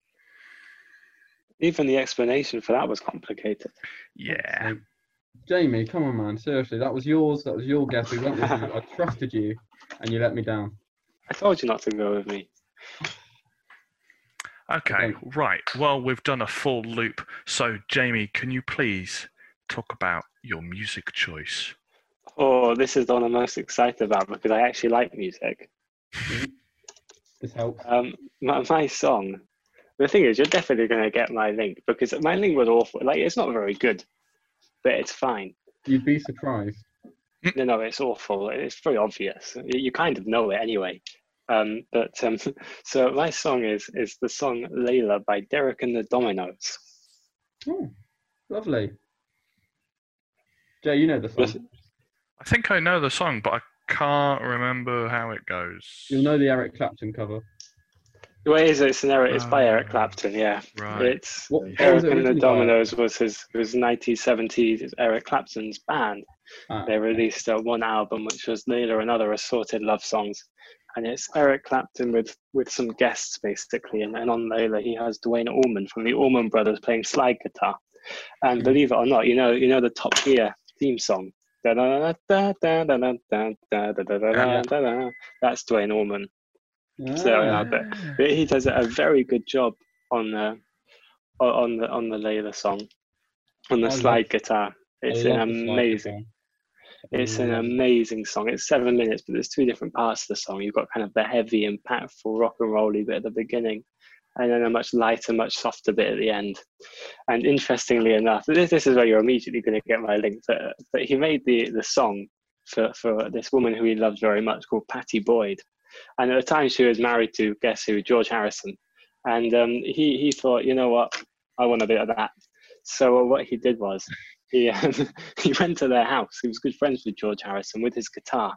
S3: Even the explanation for that was complicated.
S2: Yeah,
S1: So, Jamie, come on, man. Seriously, that was yours. That was your guess. We went with you. I trusted you, and you let me down.
S3: I told you not to go with me.
S2: Okay, right. Well, we've done a full loop. So, Jamie, can you please talk about your music choice?
S3: Oh, this is the one I'm most excited about because I actually like music.
S1: This helps.
S3: Um, my, my song. The thing is, you're definitely going to get my link because my link was awful. Like, it's not very good, but it's fine.
S1: You'd be surprised.
S3: No, no, it's awful. It's very obvious. You you kind of know it anyway. Um, but um, so my song is is the song Layla by Derek and the Dominoes.
S1: Oh, lovely. Jay, you know the song.
S3: Listen-
S2: I think I know the song, but I can't remember how it goes.
S1: You'll know the Eric Clapton cover.
S3: Well, it is. It's, an Eric, it's by Eric
S2: Ah.
S3: Clapton. Yeah,
S2: Right.
S3: it's
S1: What, what was
S3: Eric
S1: it
S3: and the
S1: originally by?
S3: Dominoes was his was 1970s it's Eric Clapton's band.
S1: Ah.
S3: They released uh, one album which was Layla and other assorted love songs, and it's Eric Clapton with with some guests basically. And, and on Layla he has Dwayne Allman from the Allman Brothers playing slide guitar.
S1: Mm.
S3: And believe it or not, you know you know the Top Gear theme song. Da-da-da-da-da-da-da-da-da-da-da-da-da. That's Dwayne Allman. So, yeah,
S1: Ah.
S3: but- But he does a very good job on the on- on the on the Layla song, on
S1: I
S3: the
S1: love-
S3: slide guitar.
S1: I
S3: It's an
S1: love the slide
S3: amazing.
S1: guitar.
S3: It's an
S1: Love it.
S3: amazing song. It's seven minutes, but there's two different parts of the song. You've got kind of the heavy, impactful rock and rolly bit at the beginning, and then a much lighter, much softer bit at the end. And interestingly enough, this, this is where you're immediately going to get my link. But, but he made the the song for for this woman who he loved very much called Patty Boyd, and at the time she was married to guess who George Harrison, and um, he he thought, you know what, I want a bit of that. So what he did was he um, he went to their house. He was good friends with George Harrison with his guitar,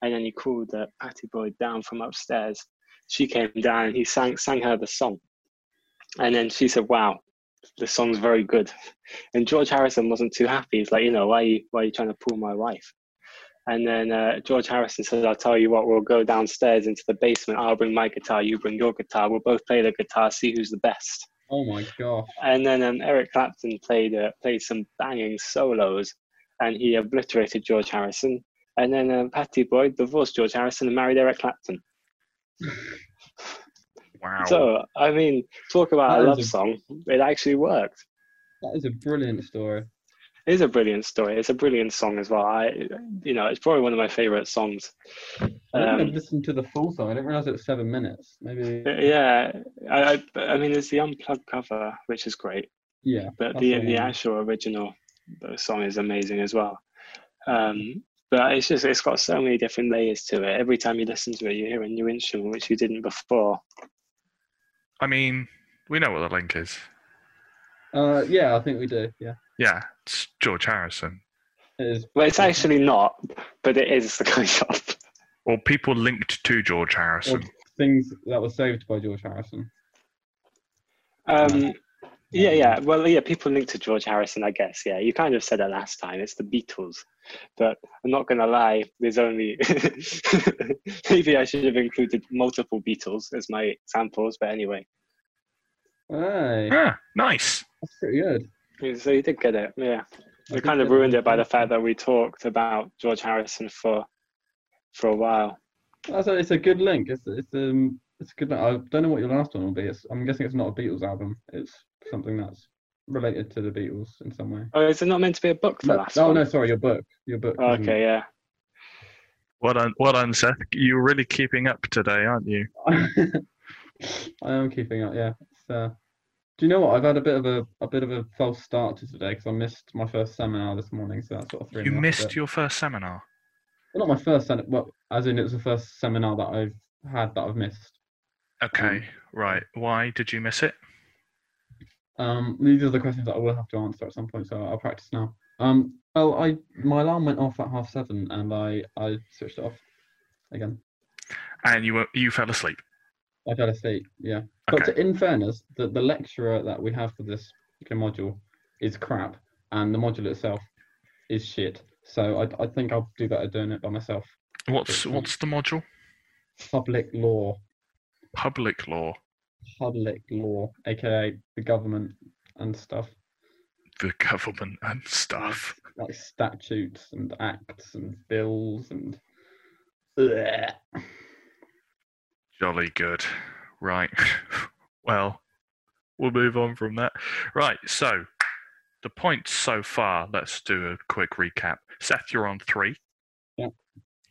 S3: and then he called uh, Patty Boyd down from upstairs. She came down and he sang sang her the song, and then she said, "Wow, the song's very good." And George Harrison wasn't too happy. He's like, "You know, why are you why are you trying to pull my wife?" And then uh, George Harrison says, I'll tell you what, we'll go downstairs into the basement. I'll bring my guitar, you bring your guitar. We'll both play the guitar, see who's the best.
S1: Oh my gosh.
S3: And then um, Eric Clapton played, uh, played some banging solos and he obliterated George Harrison. And then um, Patty Boyd divorced George Harrison and married Eric Clapton.
S2: Wow.
S3: So, I mean, talk about
S1: That
S3: a
S1: is
S3: love
S1: a-
S3: song. It actually worked.
S1: That is a brilliant story.
S3: It is a brilliant story. It's a brilliant song as well. I, you know, it's probably one of my favorite songs.
S1: I don't think
S3: Um,
S1: I've listened to the full song. I didn't realize it was seven minutes. Maybe.
S3: Yeah, I, I, I mean, there's the unplugged cover, which is great,
S1: Yeah.
S3: but
S1: that's
S3: the
S1: what I
S3: the
S1: mean.
S3: actual original song is amazing as well. Um, but it's just it's got so many different layers to it. Every time you listen to it, you hear a new instrument which you didn't before.
S2: I mean, we know what the link is.
S1: Uh, yeah, I think we do. Yeah.
S2: Yeah, it's George Harrison.
S1: It is.
S3: Well, it's actually not, but it is the kind of.
S2: Or people linked to George
S1: Or
S2: Harrison.
S1: things that were saved by George Harrison.
S3: Um, yeah, yeah. Well, yeah. People linked to George Harrison, I guess. Yeah, you kind of said it last time. It's the Beatles, but I'm not gonna lie. There's only maybe I should have included multiple Beatles as my examples, but anyway.
S1: Hey,
S2: Ah, nice.
S1: that's pretty good.
S3: So you did get it. Yeah,
S1: I
S3: we
S1: think
S3: kind of
S1: that-
S3: ruined it by the fact that we talked about George Harrison for for a while.
S1: That's a, it's a good link. It's it's um it's a good. Link. I don't know what your last one will be. It's, I'm guessing it's not a Beatles album. It's something that's related to the Beatles in some way.
S3: Oh, is it not meant to be a book for
S1: No,
S3: last?
S1: oh
S3: one? Oh,
S1: no, sorry, your book. Your book. isn't
S3: Okay,
S1: it?
S3: yeah.
S2: Well done, well done, Seth. You're really keeping up today, aren't you?
S1: I am keeping up. Yeah. It's, uh, do you know what? I've had a bit of a a bit of a false start to today because I missed my first seminar this morning. So that's sort of threw
S2: You
S1: me off a bit.
S2: missed your first seminar.
S1: Well, not my first seminar. Well, as in it was the first seminar that I've had that I've missed.
S2: Okay, right. Why did you miss it?
S1: Um, these are the questions that I will have to answer at some point, so I'll practice now. Um, well, I my alarm went off at half seven, and I I switched it off again.
S2: And you were you fell asleep.
S1: I fell asleep. Yeah, but
S2: Okay.
S1: to- in fairness, the the lecturer that we have for this particular module is crap, and the module itself is shit. So I I think I'll do better doing it by myself.
S2: What's what's the module?
S1: Public law,
S2: Public law.
S1: public law, aka the government and stuff.
S2: the government and stuff.
S1: like statutes and acts and bills and Blech.
S2: Jolly good. Right. well, we'll move on from that. Right. So, the points so far, let's do a quick recap. Seth, you're on three.
S1: Yeah.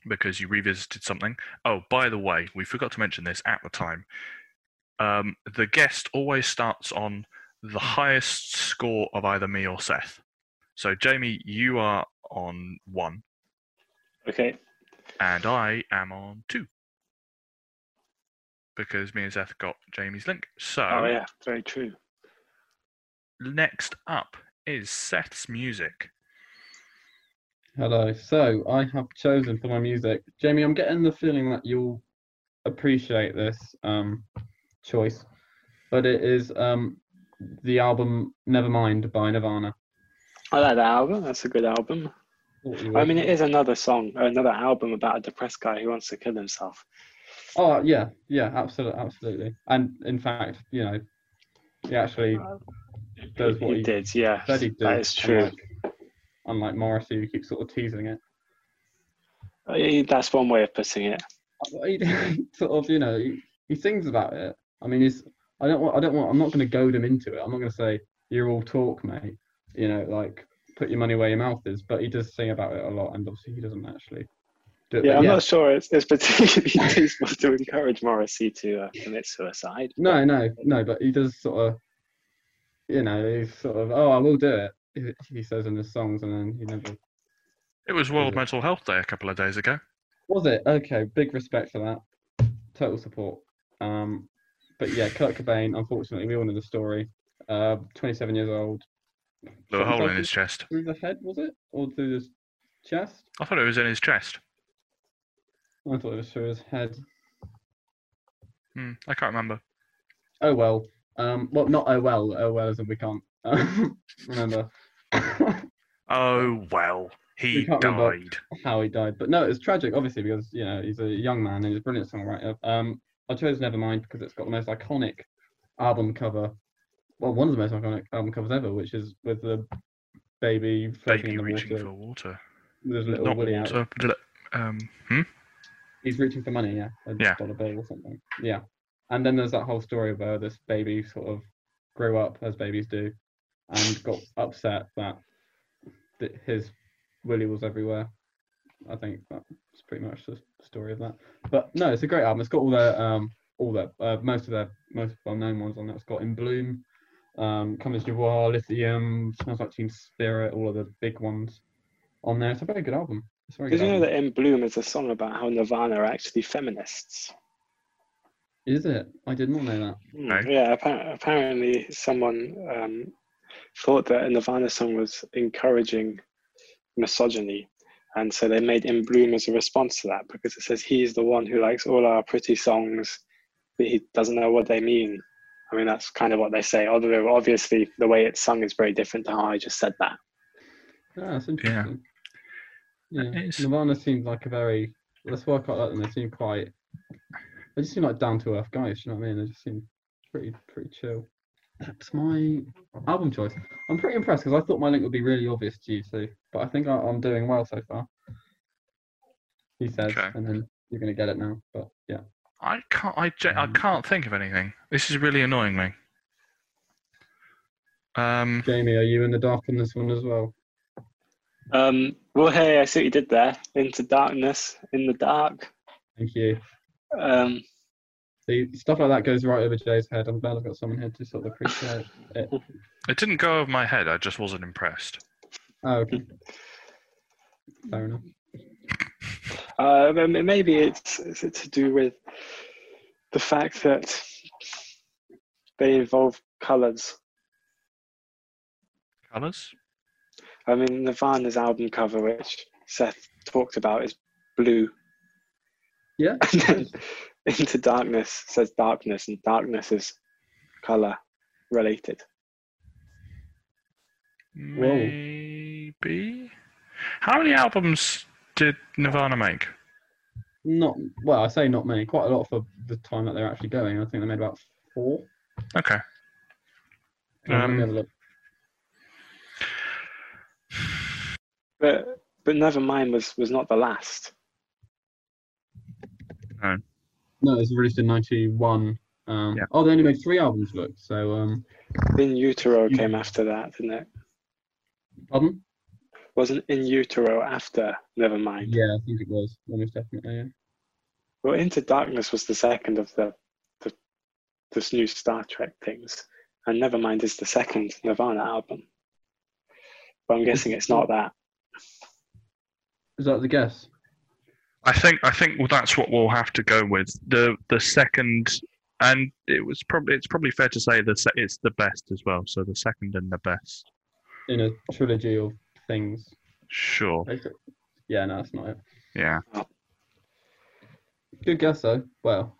S2: Because you revisited something. Oh, by the way, we forgot to mention this at the time. Um, the guest always starts on the highest score of either me or Seth. So, Jamie, you are on one,
S3: Okay.
S2: and I am on two. Because me and Seth got Jamie's link. So
S3: Oh yeah, very true.
S2: next up is Seth's music.
S1: hello. So I have chosen for my music, Jamie. I'm getting the feeling that you'll appreciate this um, choice, but it is um, the album Nevermind by Nirvana.
S3: I like that album. That's a good album.
S1: Thought you
S3: I
S1: would.
S3: mean, it is another song, another album about a depressed guy who wants to kill himself.
S1: Oh yeah, yeah, absolutely, absolutely. And in fact, you know, he actually does
S3: he,
S1: what he
S3: did, yeah.
S1: said he'd do.
S3: That is true.
S1: Unlike, unlike Morrissey, who keeps sort of teasing it.
S3: Uh, he- That's one way of putting it.
S1: Well, he he sort of you know he, he sings about it. I mean, he's I don't want I don't want I'm not going to goad him into it. I'm not going to say you're all talk, mate. You know, like put your money where your mouth is. But he does sing about it a lot, and obviously he doesn't actually do it.
S3: Yeah,
S1: But
S3: I'm not sure it's, it's particularly useful to encourage Morrissey to uh, commit suicide.
S1: No, no, no. But he does sort of, you know, he's sort of oh I will do it. he- He says in his songs, and then he never
S2: It was World
S1: Yeah.
S2: Mental Health Day a couple of days ago.
S1: was it okay. Big respect for that. Total support. Um, but yeah, Kurt Cobain. Unfortunately, we all know the story. Uh, 27 years old.
S2: Blew a hole in
S1: Sometimes
S2: his chest.
S1: through the head, was it? Or through his chest?
S2: I thought it was in his chest.
S1: I thought it was through his head.
S2: Hmm, I can't remember.
S1: Oh well. Um, well, not oh well. Oh well, as in we can't um, remember.
S2: Oh well, He
S1: can't
S2: died.
S1: remember. how he died. But no, it's tragic, obviously, because you know he's a young man and he's a brilliant songwriter. Um, I chose Nevermind because it's got the most iconic album cover, well, one of the most iconic album covers ever, which is with the baby floating
S2: Baby
S1: in the
S2: reaching
S1: water
S2: for water.
S1: with his little
S2: Not
S1: willy out.
S2: water. did it- Um, hmm?
S1: He's reaching for money, yeah, a
S2: Yeah.
S1: dollar bill or something. Yeah, and then there's that whole story where this baby sort of grew up as babies do, and got upset that that his willy was everywhere. I think that's pretty much the story of that. But no, it's a great album. It's got all their um all their uh, most of their most well-known ones on that. It's got In Bloom, um, Cummins Du Bois, Lithium, Smells Like Teen Spirit, all of the big ones on there. It's a very good album. It's a very good.
S3: Did you know
S1: album.
S3: that In Bloom is a song about how Nirvana are actually feminists?
S1: Is it? I did not know that.
S3: Hmm,
S2: No.
S3: Yeah, appa- apparently someone um, thought that a Nirvana song was encouraging misogyny. And so they made In Bloom as a response to that because it says he's the one who likes all our pretty songs, but he doesn't know what they mean. I mean, that's kind of what they say, although obviously the way it's sung is very different to how I just said that.
S1: Ah, that's interesting. Yeah.
S2: It's-
S1: Nirvana seemed like a very. That's why I quite like them. They seem quite. They just seem like down to earth guys. You know what I mean? They just seem pretty pretty chill. That's my album choice. I'm pretty impressed because I thought my link would be really obvious to you two, but I think I, I'm doing well so far. He says,
S2: Okay.
S1: and then you're gonna get it now. But yeah,
S2: I can't. I, ge-
S1: Mm-hmm.
S2: I can't think of anything. This is really annoying me. Um,
S1: Jamie, are you in the dark on this one as well?
S3: Um, well, hey, I see what you did there. Into darkness, in the dark.
S1: Thank you.
S3: Um,
S1: See, stuff like that goes right over Jay's head. I'm glad I've got someone here to sort of appreciate it.
S2: it didn't go over my head. I just wasn't impressed.
S1: Oh, okay. Fair enough.
S3: Uh, m- m- maybe it's, is it to do with the fact that they involve colors.
S2: Colors.
S3: I mean, Nirvana's album cover, which Seth talked about, is blue.
S1: Yeah.
S3: And then Into Darkness says darkness, and darkness is color related.
S1: Whoa.
S2: Maybe. How many albums did Nirvana make?
S1: Not well. I say not many. Quite a lot for the time that they're actually going. I think they made about four.
S2: Okay.
S1: Let me
S2: Um,
S1: have a look.
S3: But but Nevermind was, was not the last.
S1: No, it was released in '91. Um,
S2: Yeah.
S1: Oh, they only made three albums. Look, so um,
S3: In Utero
S1: You-
S3: came after that, didn't it?
S1: pardon?
S3: Wasn't In Utero after Nevermind?
S1: Yeah, I think it was almost definitely. Yeah.
S3: Well, Into Darkness was the second of the, the this new Star Trek things, and Nevermind is the second Nirvana album. But I'm guessing it's not that.
S1: Is that the guess?
S2: I think I think well, that's what we'll have to go with the the second, and it was probably it's probably fair to say that se- it's the best as well. So the second and the best.
S1: In a trilogy of things.
S2: Sure.
S1: Okay. Yeah, no, that's not it.
S2: Yeah.
S1: Good guess though. Well,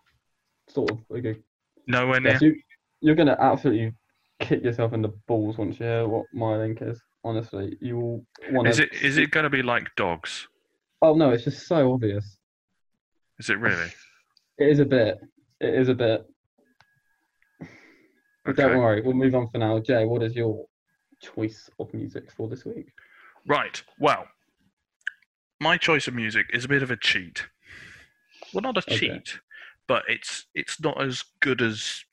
S1: sort of a good
S2: Nowhere near.
S1: Yes, you, you're going to absolutely kick yourself in the balls once you hear what my link is. Honestly, you will want
S2: Is it is it going to be like dogs?
S1: Oh no, it's just so obvious.
S2: Is it really?
S1: It is a bit. It is a bit. But
S2: Okay.
S1: Don't worry, we'll move on for now. Jay, what is your choice of music for this week?
S2: Right. Well, my choice of music is a bit of a cheat. Well, not a
S1: Okay.
S2: cheat, but it's it's not as good as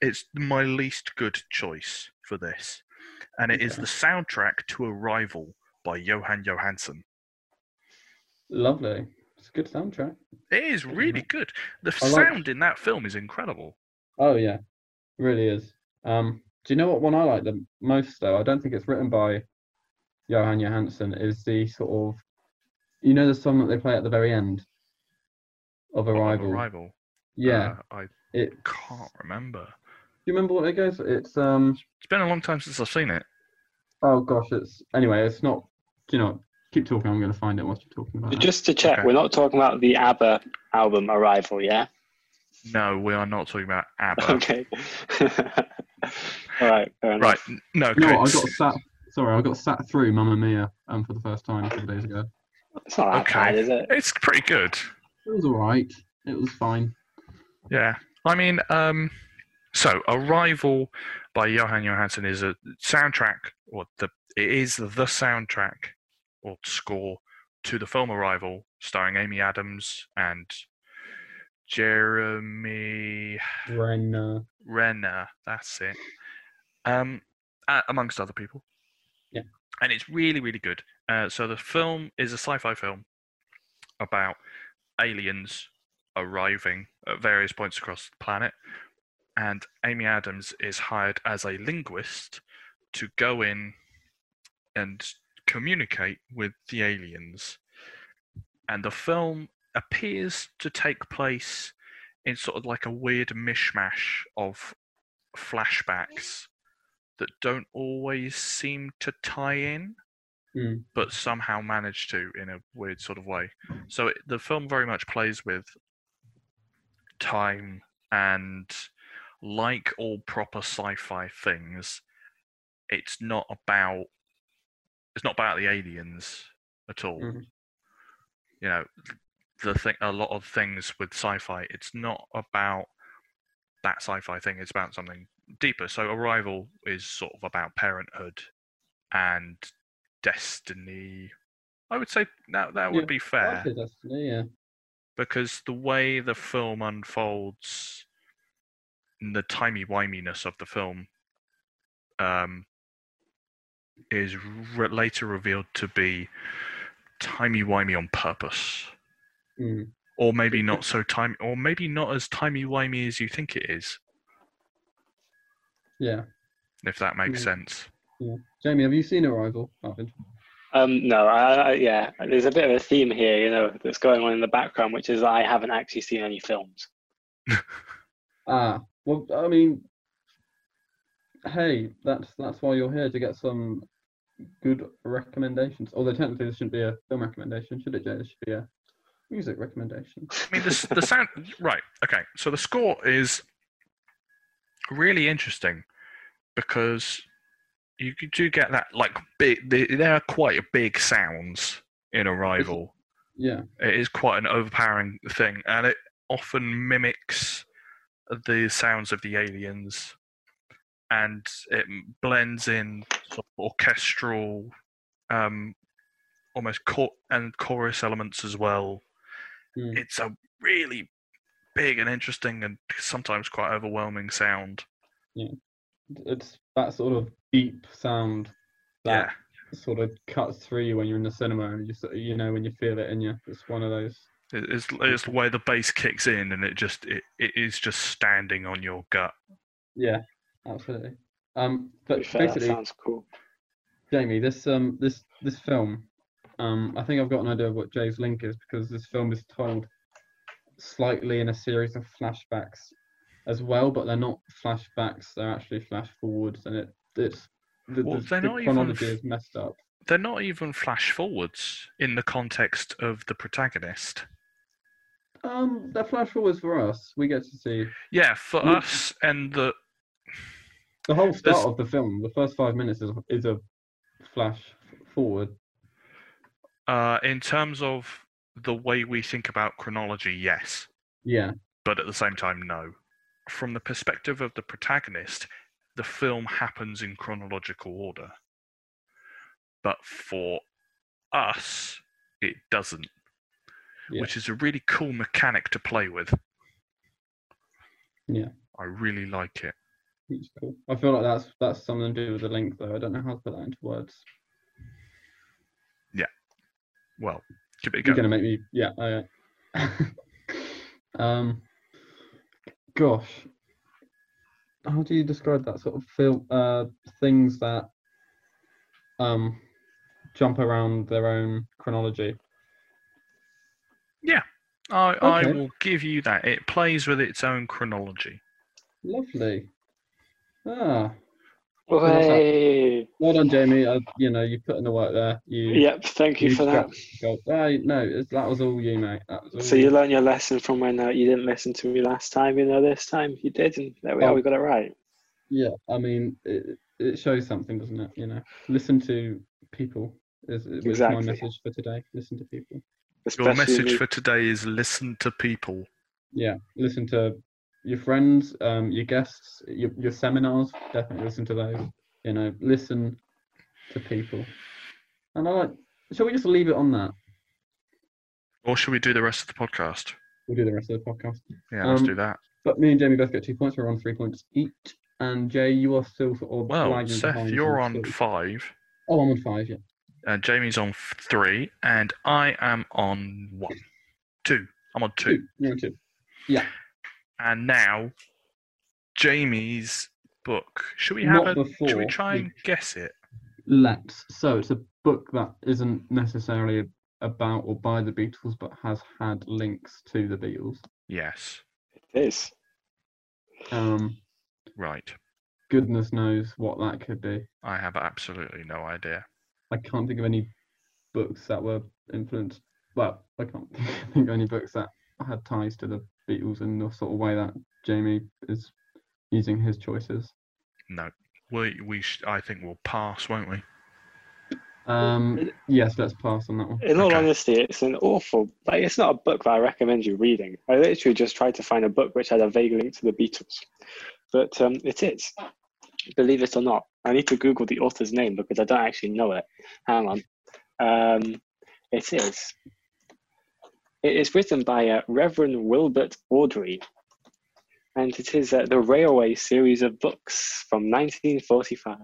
S2: it's my least good choice for this, and it is
S1: Okay.
S2: the soundtrack to Arrival by Johan Johansson.
S1: Lovely. It's a good soundtrack.
S2: It is really good. The
S1: I like-
S2: sound in that film is incredible.
S1: Oh yeah, really is. Um, do you know what one I like the most though? I don't think it's written by Johan Johansson. Is the sort of, you know, the song that they play at the very end of
S2: of
S1: Arrival. Ah.
S2: Arrival.
S1: Yeah.
S2: Uh, I
S1: it. Do
S2: can't remember.
S1: you remember what it goes? It's um.
S2: It's been a long time since I've seen it.
S1: Oh gosh, it's anyway. It's not. Do you know? what? Keep talking. I'm going to find it whilst you're talking about. it.
S3: Just to check,
S2: Okay.
S3: we're not talking about the ABBA album Arrival, yeah?
S2: No, we are not talking about ABBA.
S3: Okay. all right, fair enough.
S2: Right. n- No,
S1: You know
S2: good.
S1: what? I got sat Sorry, I got sat through Mamma Mia um, for the first time a couple of days ago.
S3: It's not that
S2: Okay.
S3: bad, is it?
S2: It's pretty good.
S1: It was all right. It was fine.
S2: Yeah. I mean, um, so Arrival by Johan Johansson is a soundtrack, or the it is the soundtrack or score to the film Arrival, starring Amy Adams and Jeremy
S1: Ren, uh,
S2: Renner. That's it. Um, uh, amongst other people.
S1: Yeah.
S2: And it's really, really good. Uh, so the film is a sci-fi film about aliens arriving at various points across the planet, and Amy Adams is hired as a linguist to go in and communicate with the aliens. And the film appears to take place in sort of like a weird mishmash of flashbacks that don't always seem to tie in,
S1: Mm.
S2: but somehow manage to in a weird sort of way. So it, the film very much plays with time and, like all proper sci-fi things, it's not about it's not about the aliens at all.
S1: Mhm.
S2: You know, the thing a lot of things with sci-fi it's not about that sci-fi thing it's about something deeper so arrival is sort of about parenthood and destiny i would say that that would
S1: Yeah,
S2: be fair
S1: Actually, that's- yeah.
S2: because the way the film unfolds and the timey wimeyness of the film um, is re- later revealed to be timey wimey on purpose
S1: Mm.
S2: or maybe not so time, or maybe not as timey wimey as you think it is.
S1: Yeah.
S2: If that makes
S1: Mm.
S2: sense.
S1: Jamie, have you seen Arrival? Marvin?
S3: Um, no, I, I, yeah, there's a bit of a theme here, you know, that's going on in the background, which is that I haven't actually seen any films.
S1: Ah, well, I mean, hey, that's that's why you're here to get some good recommendations. Although technically, this shouldn't be a film recommendation, should it, Jay? This should be a music recommendation.
S2: I mean, the, s- the sound. Right. Okay. So the score is really interesting because you c- do get that like big. the- There are quite big sounds in Arrival.
S1: Yeah,
S2: It is quite an overpowering thing, and it often mimics the sounds of the aliens, and it m- blends in sort of orchestral, um, almost cor- and chorus elements as well.
S1: Mm.
S2: It's a really big and interesting, and sometimes quite overwhelming sound.
S1: it's that sort of deep sound that sort of cuts through you when you're in the cinema, and you sort of- you know when you feel it in you. It's one of those.
S2: Yeah, It- it's, it's the way the bass kicks in, and it just it, it is just standing on your gut.
S1: Yeah, absolutely. Um,
S3: To
S1: but
S3: be fair, that
S1: basically,
S3: sounds cool.
S1: Jamie, this um this this film, um I think I've got an idea of what Jay's link is because this film is told slightly in a series of flashbacks as well, but they're not flashbacks, they're actually flash forwards and it it's the,
S2: Well,
S1: the,
S2: they're
S1: the
S2: not even
S1: chronology
S2: f-
S1: is messed up.
S2: they're not even flash forwards in the context of the protagonist.
S1: Um they're flash forwards for us. We get to see
S2: Yeah, for
S1: Mm.
S2: us and the
S1: the whole start
S2: There's-
S1: of the film, the first five minutes is is a flash forward.
S2: uh, in terms of the way we think about chronology, yes,
S1: Yeah.
S2: but at the same time, no. From the perspective of the protagonist, the film happens in chronological order, but for us, it doesn't,
S1: Yeah.
S2: which is a really cool mechanic to play with.
S1: Yeah.
S2: I really like it.
S1: It's cool. I feel like that's that's something to do with the link though. I don't know how to put that into words.
S2: Well, give it a go.
S1: You're gonna make me, yeah. I, um, gosh, how do you describe that sort of feel? Uh, things that um jump around their own chronology.
S2: I, I
S1: Okay.
S2: will give you that. It plays with its own chronology.
S1: Lovely. Ah, that's that.
S3: Way.
S1: well done, Jamie. Uh, you know, you put in the work there. You,
S3: Yep, thank you for that.
S1: scratched the goal. Ah, no, it's, that was all you, mate. That was all
S3: So you learned your lesson from when uh, you didn't listen to me last time. You know, this time you did, and there we are.
S1: Oh.
S3: We got it right.
S1: Yeah, I mean, it, it shows something, doesn't it? You know, listen to people. Is, was
S3: Exactly.
S1: my message for today. Listen to people.
S2: Your
S3: Especially
S2: message
S3: me.
S2: for today is listen to people.
S1: Yeah, listen to your friends, um, your guests, your, your seminars. Definitely listen to those. You know, listen to people. And I like. Shall we just leave it on that?
S2: Or should we do the rest of the podcast?
S1: We'll do the rest of the podcast.
S2: Yeah, let's
S1: Um,
S2: do that.
S1: But me and Jamie both got two points. We're on three points each. And Jay, you are still sort of
S2: Well,
S1: lagging
S2: Seth,
S1: behind
S2: you're
S1: us,
S2: on
S1: so-
S2: five,
S1: Oh, I'm on five. Yeah.
S2: uh, Jamie's on f- three, and I am on one. Two. I'm on two.
S1: You're on two.
S2: And now, Jamie's book. Should we have
S1: Not
S2: a.
S1: before.
S2: Should we try
S1: you-
S2: and guess it?
S1: Let's. So it's a book that isn't necessarily about or by the Beatles, but has had links to the Beatles.
S2: Yes.
S3: It is.
S1: Um,
S2: Right.
S1: goodness knows what that could be.
S2: I have absolutely no idea.
S1: I can't think of any books that were influenced. Well, I can't think of any books that had ties to the Beatles in the sort of way that Jamie is using his choices.
S2: No. We we sh- I think we'll pass, won't we?
S1: Um,
S3: it-
S1: yes, let's pass on that one.
S3: In all
S2: Okay.
S3: honesty, it's an awful. Like, it's not a book that I recommend you reading. I literally just tried to find a book which had a vague link to the Beatles, but um, it is. Believe it or not, I need to Google the author's name because I don't actually know it. Hang on. Um, it is. It is written by uh, Reverend Wilbert Audrey, and it is uh, the Railway series of books from 1945.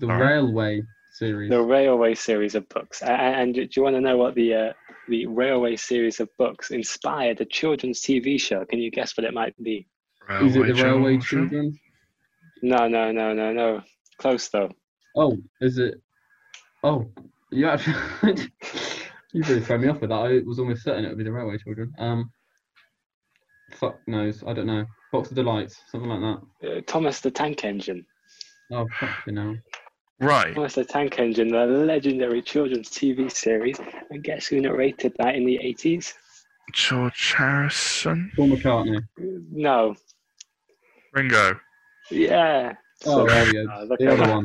S1: The
S2: All right.
S1: Railway series.
S3: The Railway series of books. A- a- And do you want to know what the uh, the Railway series of books inspired a children's TV show? Can you guess what it might be?
S1: Is it the Railway
S2: Children?
S1: Children?
S3: No, no, no, no, no. Close though.
S1: Oh, is it? Oh, you actually. you really throw me off with that. I was almost certain it would be the Railway Children. Um, fuck knows. I don't know. Box of Delights, something like that.
S3: Uh, Thomas the Tank Engine.
S1: Oh, fuck you know.
S2: Right.
S3: Thomas the Tank Engine, the legendary children's TV series. And guess who narrated that in the 80s?
S2: George Harrison?
S1: Paul McCartney.
S3: No.
S2: Ringo.
S3: Yeah.
S1: Oh,
S3: So,
S1: there we go.
S3: uh, look
S1: The
S3: at
S1: other
S3: that.
S1: one.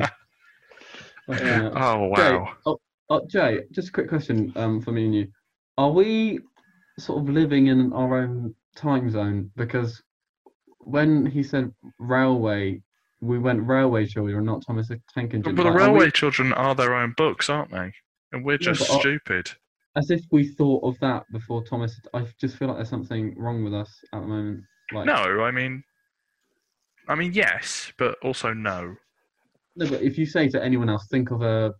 S1: Fucking hell.
S2: Oh,
S1: Jay,
S2: wow.
S1: oh, oh, Jay, just a quick question um, for me and you. Are we sort of living in our own time zone? Because when he said railway, we went railway children, not Thomas the Tank Engine.
S2: But the
S1: Like, are we-
S2: Railway Children are their own books, aren't they? And we're
S1: Yeah,
S2: just
S1: but I-
S2: stupid.
S1: as if we thought of that before Thomas. I just feel like there's something wrong with us at the moment. Like,
S2: No, I mean, I mean yes, but also no.
S1: no, but if you say to anyone else, think of a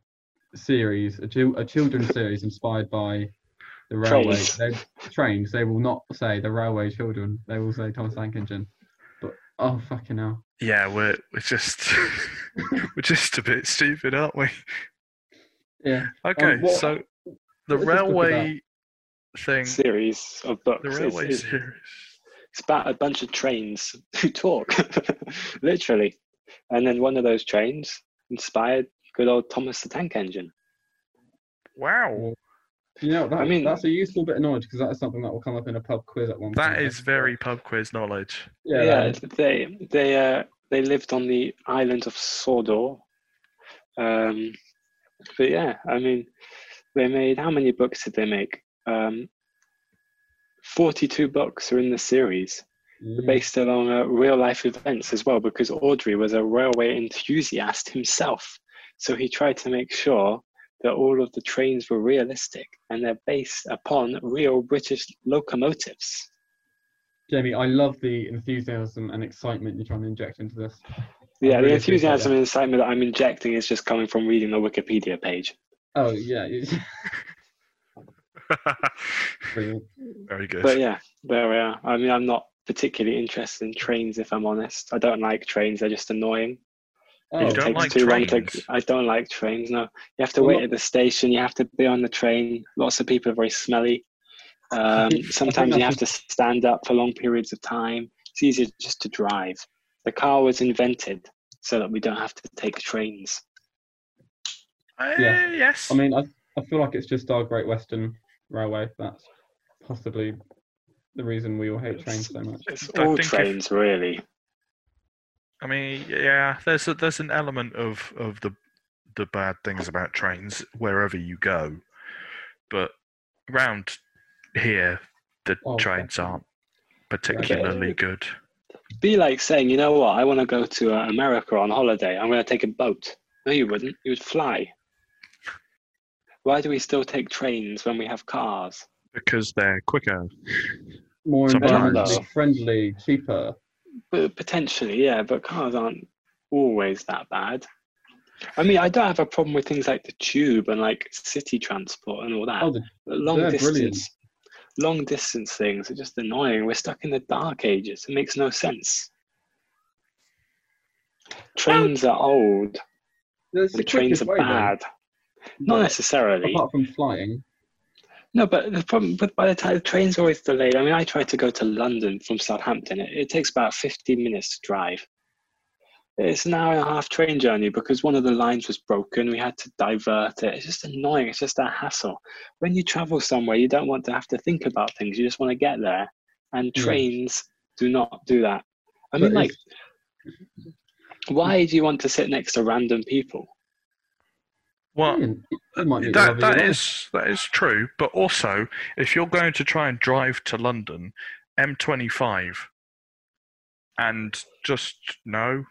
S1: series, a, chil- a children's series inspired by the railway
S3: Trains.
S1: they, trains, they will not say the railway children. They will say Thomas the Tank Engine. But oh fucking hell!
S2: Yeah, we're we're just we're just a bit stupid, aren't we?
S1: Yeah,
S2: Okay,
S1: Um, what-
S2: so the
S1: what is this book about?
S2: railway thing,
S3: Series of books.
S2: the
S3: It's-
S2: railway
S3: it's-
S2: series.
S3: it's about a bunch of trains who talk, literally. And then one of those trains inspired good old Thomas the Tank Engine.
S2: Wow,
S1: you know that,
S3: I mean-
S1: that's a useful bit of knowledge because that is something that will come up in a pub quiz at one point.
S2: that is very pub quiz knowledge.
S1: yeah. that is.
S3: they they uh, they lived on the island of Sodor. Um, but yeah, I mean, they made how many books did they make? Um, Forty-two books are in the series.
S1: Mm.
S3: based along uh, real life events as well, because Audrey was a railway enthusiast himself. So he tried to make sure that all of the trains were realistic and they're based upon real British locomotives.
S1: Jamie, I love the enthusiasm and excitement you're trying to inject into this.
S3: Yeah,
S1: really
S3: the
S1: appreciate that.
S3: enthusiasm and excitement that I'm injecting is just coming from reading the Wikipedia page.
S1: Oh yeah, it's brilliant.
S2: Very good.
S3: But yeah, there we are. I mean, I'm not particularly interested in trains, if I'm honest. I don't like trains, they're just annoying.
S1: Oh,
S2: You don't
S3: takes
S2: like
S3: too long to,
S2: trains?
S3: I don't like trains. No, you have to
S1: Well,
S3: wait
S1: not-
S3: at the station. You have to be on the train. Lots of people are very smelly.
S1: I
S3: Um,
S1: think- I think
S3: sometimes you
S1: that's
S3: have to stand up for long periods of time. It's easier just to drive. The car was invented so that we don't have to take trains.
S2: Uh,
S1: yeah.
S2: Yes.
S1: I mean, I, I feel like it's just our Great Western Railway that's possibly the reason we all hate trains so much.
S3: It's
S2: I
S3: all
S2: think if-
S3: trains, really.
S2: I mean, yeah, there's a, there's an element of of the the bad things about trains wherever you go, but round here the
S1: Oh,
S2: trains
S1: definitely.
S2: aren't particularly good.
S3: It'd be like saying, you know what, I want to go to uh, America on holiday. I'm going to take a boat. No, you wouldn't. You would fly. Why do we still take trains when we have cars?
S2: Because they're quicker.
S1: More
S2: Sometimes.
S1: environmentally friendly, cheaper.
S3: But potentially, yeah, but cars aren't always that bad. I mean, I don't have a problem with things like the tube and like city transport and all that.
S1: Oh, the,
S3: But long
S1: they're
S3: distance,
S1: brilliant.
S3: long distance things are just annoying. We're stuck in the dark ages. It makes no sense. Trains are old.
S1: that's the
S3: The trains
S1: quickest
S3: are
S1: way, though.
S3: bad. Not necessarily.
S1: Apart from flying,
S3: No, but the problem with by the time the train's always delayed. I mean, I tried to go to London from Southampton. It, it takes about 15 minutes to drive. It's an hour and a half train journey because one of the lines was broken. We had to divert it. It's just annoying. It's just a hassle. When you travel somewhere, you don't want to have to think about things. You just want to get there. And
S1: Yeah.
S3: trains do not do that. I
S1: But
S3: mean, like,
S1: it's-
S3: why do you want to sit next to random people?
S2: Well,
S1: brilliant. It might be the love
S2: that
S1: of
S2: that
S1: your life.
S2: is that is true. But also, if you're going to try and drive to London, M25, and just no,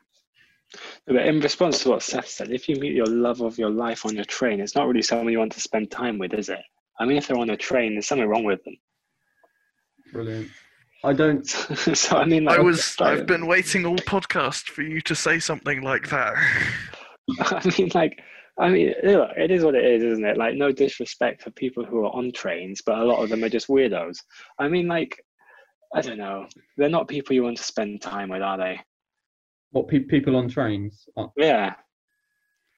S3: But in response to what Seth said, if you meet your love of your life on your train, it's not really someone you want to spend time with, is it? I mean, if they're on a train, there's something wrong with them.
S1: brilliant. I don't.
S3: so I mean, like,
S2: I was.
S3: I-
S2: I've been waiting all podcast for you to say something like that.
S3: I mean, like, I mean, look, it is what it is, isn't it? Like, no disrespect for people who are on trains, but a lot of them are just weirdos. I mean, like, I don't know. They're not people you want to spend time with, are they?
S1: What pe- people on trains? Are,
S3: Yeah.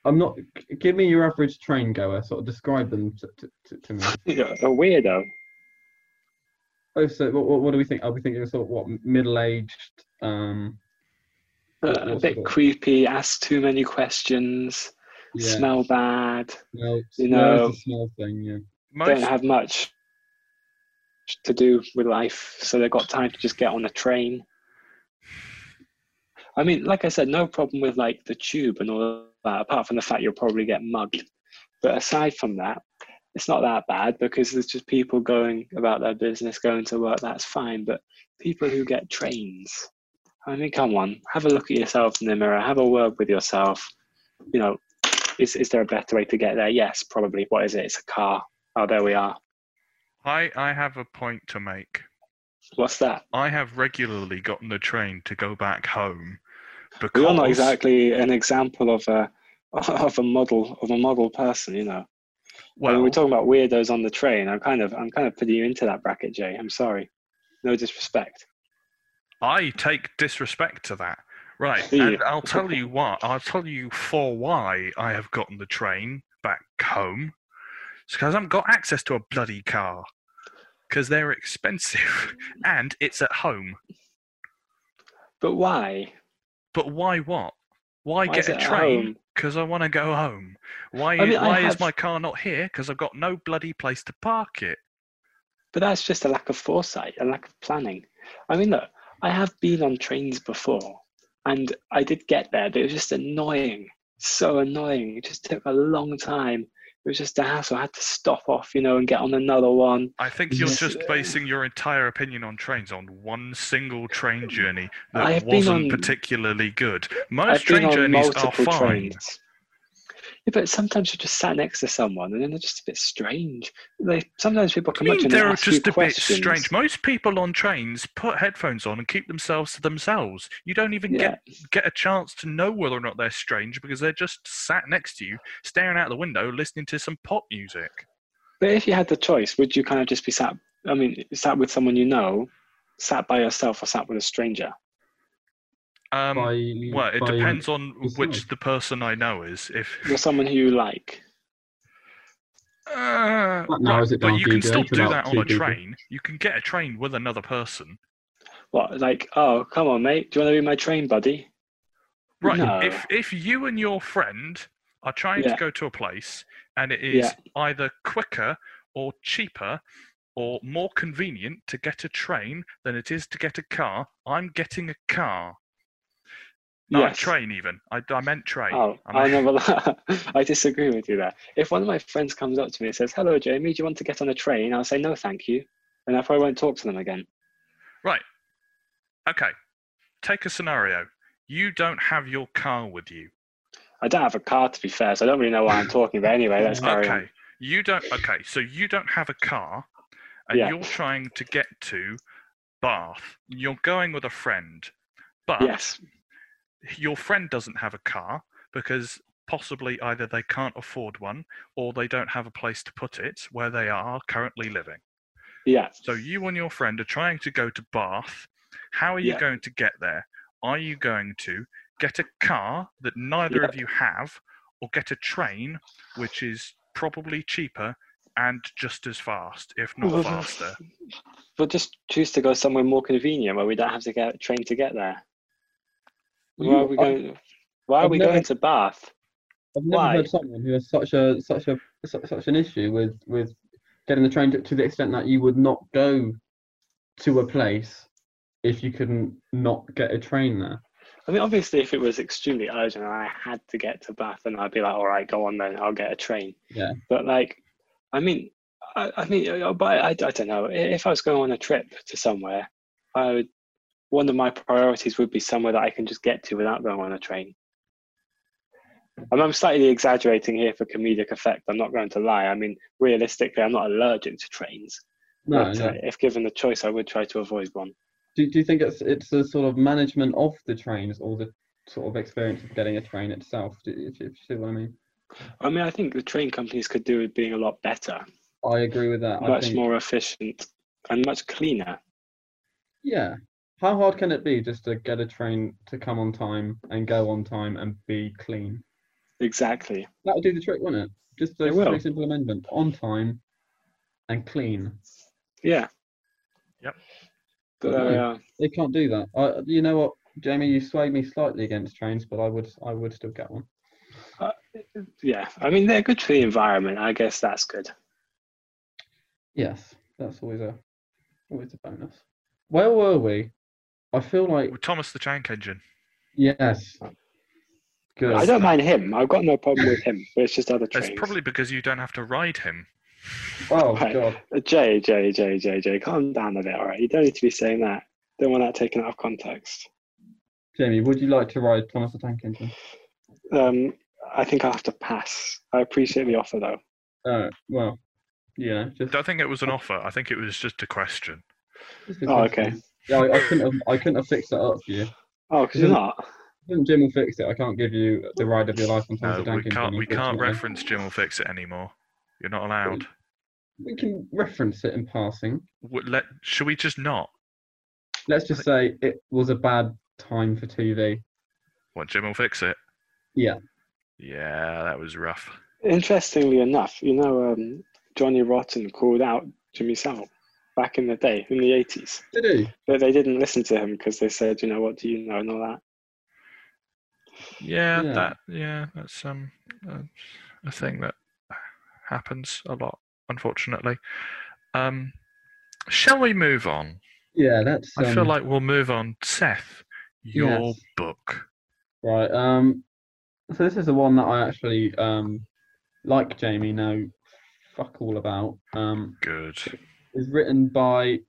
S1: I'm not. g- Give me your average train goer. Sort of describe them to, to, to, to me.
S3: You're a weirdo.
S1: Oh, so what, what, what do we think? Are we thinking sort of what middle-aged? Um,
S3: A- A
S1: What's
S3: bit
S1: it?
S3: creepy, ask too many questions,
S1: yeah,
S3: smell bad.
S1: smell,
S3: you
S1: smell
S3: know-
S1: is a small thing. Yeah.
S2: Most
S3: don't have much to do with life, so they've got time to just get on a train. I mean, like I said, no problem with like the tube and all of that, apart from the fact you'll probably get mugged. But aside from that, it's not that bad because there's just people going about their business, going to work, that's fine. But people who get trains, I mean, come on, have a look at yourself in the mirror, have a word with yourself. You know, is, is there a better way to get there? Yes, probably. What is it? It's a car. Oh, there we are.
S2: I, I have a point to make.
S3: What's that?
S2: I have regularly gotten the train to go back home because
S3: You're not exactly an example of a of a model of a model person, you know. Well,
S2: well,
S3: we're talking about weirdos on the train. I'm kind of I'm kind of putting you into that bracket, Jay. I'm sorry. No disrespect.
S2: I take disrespect to that. Right,
S3: Yeah.
S2: and I'll tell you what. I'll tell you for why I have gotten the train back home. It's because I haven't got access to a bloody car. Because they're expensive, and it's at home.
S3: But why?
S2: But why what? Why,
S3: Why
S2: get
S3: is
S2: a
S3: it at
S2: train?
S3: home?
S2: Because I want to go home. Why?
S3: I mean, I
S2: why is
S3: have-
S2: my car not here? Because I've got no bloody place to park it.
S3: But that's just a lack of foresight, a lack of planning. I mean, look, I have been on trains before, and I did get there, but it was just annoying, so annoying. It just took a long time. It was just a hassle. I had to stop off, you know, and get on another one.
S2: I think you're
S3: Yes,
S2: just
S3: uh,
S2: basing your entire opinion on trains on one single train journey that
S3: Uh, I have been
S2: wasn't
S3: on-
S2: particularly good.
S3: I've
S2: Most
S3: been
S2: train
S3: on
S2: journeys are
S3: multiple
S2: fine.
S3: trains. Yeah, but sometimes you're just sat next to someone, and then they're just a bit strange. They sometimes people
S2: I
S3: come up to
S2: mean,
S3: you and
S2: they're
S3: ask you
S2: just a
S3: questions.
S2: bit strange. Most people on trains put headphones on and keep themselves to themselves. You don't even
S3: Yeah.
S2: get get a chance to know whether or not they're strange because they're just sat next to you, staring out the window, listening to some pop music.
S3: But if you had the choice, would you kind of just be sat? I mean, sat with someone you know, sat by yourself, or sat with a stranger?
S2: Um,
S1: by-
S2: well, it
S1: by-
S2: depends on which
S1: yourself.
S2: the person I know is. If
S3: With someone who you like.
S2: Uh,
S1: What now
S2: right,
S1: is it
S2: but
S1: down
S2: you
S1: to
S2: can
S1: you,
S2: still
S1: Jake,
S2: do
S1: about
S2: that on
S1: two
S2: a
S1: people?
S2: train. You can get a train with another person.
S3: What? Like, oh, come on, mate. Do you want to be my train buddy?
S2: Right.
S3: No.
S2: If if you and your friend are trying to
S3: Yeah.
S2: go to a place and it is
S3: Yeah.
S2: either quicker or cheaper or more convenient to get a train than it is to get a car, I'm getting a car. No,
S3: Yes.
S2: train even. I, I meant train.
S3: Oh,
S2: I
S3: I
S2: meant-
S3: never. I disagree with you there. If one of my friends comes up to me and says, "Hello, Jamie, do you want to get on a train?" I'll say, "No, thank you," and I probably won't talk to them again.
S2: Right. Okay. Take a scenario. You don't have your car with you.
S3: I don't have a car, to be fair, so I don't really know what I'm talking about. Anyway, let's carry on.
S2: Oh, Okay. You don't. Okay. So you don't have a car, and
S3: Yeah.
S2: you're trying to get to Bath. You're going with a friend, but
S3: Yes.
S2: your friend doesn't have a car because possibly either they can't afford one or they don't have a place to put it where they are currently living.
S3: Yeah.
S2: So you and your friend are trying to go to Bath. How are you
S3: Yeah.
S2: going to get there? Are you going to get a car that neither of you have, or get a train, which is probably cheaper and just as fast, if
S3: Well,
S2: not faster?
S3: We'll just choose to go somewhere more convenient where we don't have to get a train to get there.
S1: Well,
S3: Why
S1: you-
S3: are we
S1: I-
S3: going? Why are
S1: I've
S3: we
S1: never-
S3: going to Bath?
S1: I've never
S3: Why?
S1: heard someone who has such a such a su- such an issue with with getting the train to, to the extent that you would not go to a place if you couldn't not get a train there.
S3: I mean, obviously, if it was extremely urgent and I had to get to Bath, then I'd be like, "All right, go on then. I'll get a train."
S1: Yeah.
S3: But like, I mean, I, I mean, uh, but I, I don't know. I- If I was going on a trip to somewhere, I would. One of my priorities would be somewhere that I can just get to without going on a train. And I'm slightly exaggerating here for comedic effect. I'm not going to lie. I mean, realistically, I'm not allergic to trains.
S1: No,
S3: but, uh,
S1: no.
S3: if given the choice, I would try to avoid one.
S1: Do, do you think it's it's the sort of management of the trains or the sort of experience of getting a train itself? Do, if, you- if you see what I mean?
S3: I mean, I think the train companies could do with being a lot better.
S1: I agree with that. I
S3: much
S1: think,
S3: more efficient and much cleaner.
S1: Yeah. How hard can it be just to get a train to come on time and go on time and be clean?
S3: Exactly.
S1: That'll do the trick, won't it? Just those
S3: will.
S1: three simple amendments: on time and clean.
S3: Yeah. uh,
S2: Yep.
S3: But
S1: Good
S3: there we are.
S1: They can't do that. I, you know what, Jamie, you swayed me slightly against trains, but I would, I would still get one.
S3: yeah. I mean, they're good for the environment. I guess that's good.
S1: Yes, that's always a, always a bonus. Where were we? I feel like
S2: With Thomas the Tank Engine.
S1: yes. Good.
S3: I don't mind him. I've got no problem with him. But it's just other trains.
S2: It's probably because you don't have to ride him.
S1: Oh
S3: Right.
S1: God.
S3: Uh, Jay, Jay, Jay, Jay, Jay. Calm down a bit, all right? You don't need to be saying that. Don't want that taken out of context.
S1: Jamie, would you like to ride Thomas the Tank Engine?
S3: Um, I think I'll have to pass. I appreciate the offer, though.
S1: Oh well, yeah, just.
S2: Don't think it was an
S1: Oh.
S2: offer. I think it was just a question.
S1: just a
S3: Oh, okay.
S1: question. Yeah, I, I couldn't have, I couldn't have fixed that up for you.
S3: Oh, because you're
S1: Yeah.
S3: not.
S1: Then Jim will fix it. I can't give you the ride of your life on Thomas the
S2: No,
S1: Tank
S2: Uh, we can't.
S1: Engine,
S2: We can't
S1: unfortunately.
S2: reference Jim will fix it anymore. You're not allowed.
S1: We can reference it in passing.
S2: W- Let, should we just not?
S1: Let's just say it was a bad time for TV.
S2: What Jim will fix it?
S1: Yeah.
S2: Yeah, that was rough.
S3: Interestingly enough, you know, um, Johnny Rotten called out Jimmy Savile back in the day, in the 80s.
S1: Did he?
S3: But they didn't listen to him because they said, you know, what do you know and all that.
S2: Yeah,
S1: Yeah.
S2: that yeah, that's um uh, a thing that happens a lot, unfortunately. Um, shall we move on?
S1: Yeah, that's. Um,
S2: I feel like we'll move on. Seth, your
S1: Yes.
S2: book.
S1: right. Um, so this is the one that I actually um, like Jamie know fuck all about. Um,
S2: Good.
S1: is written by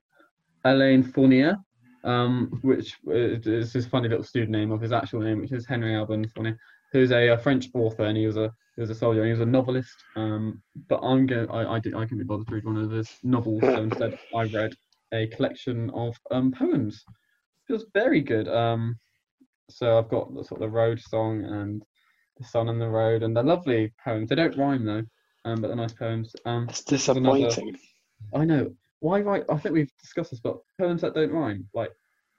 S1: Alain Fournier, um, which is is his funny little pseudonym of his actual name, which is Henry Alban Fournier, who's a, uh French author and he was a he was a soldier and he was a novelist. Um, but I'm going I I, did, I can be bothered to read one of his novels, so instead I read a collection of um, poems. It was very good. Um, so I've got the sort of road song and the sun and the road and they're lovely poems. They don't rhyme though, um, but they're nice poems. Um,
S3: It's
S1: another-
S3: disappointing.
S1: I know. Why write? I think we've discussed this, but poems that don't rhyme, like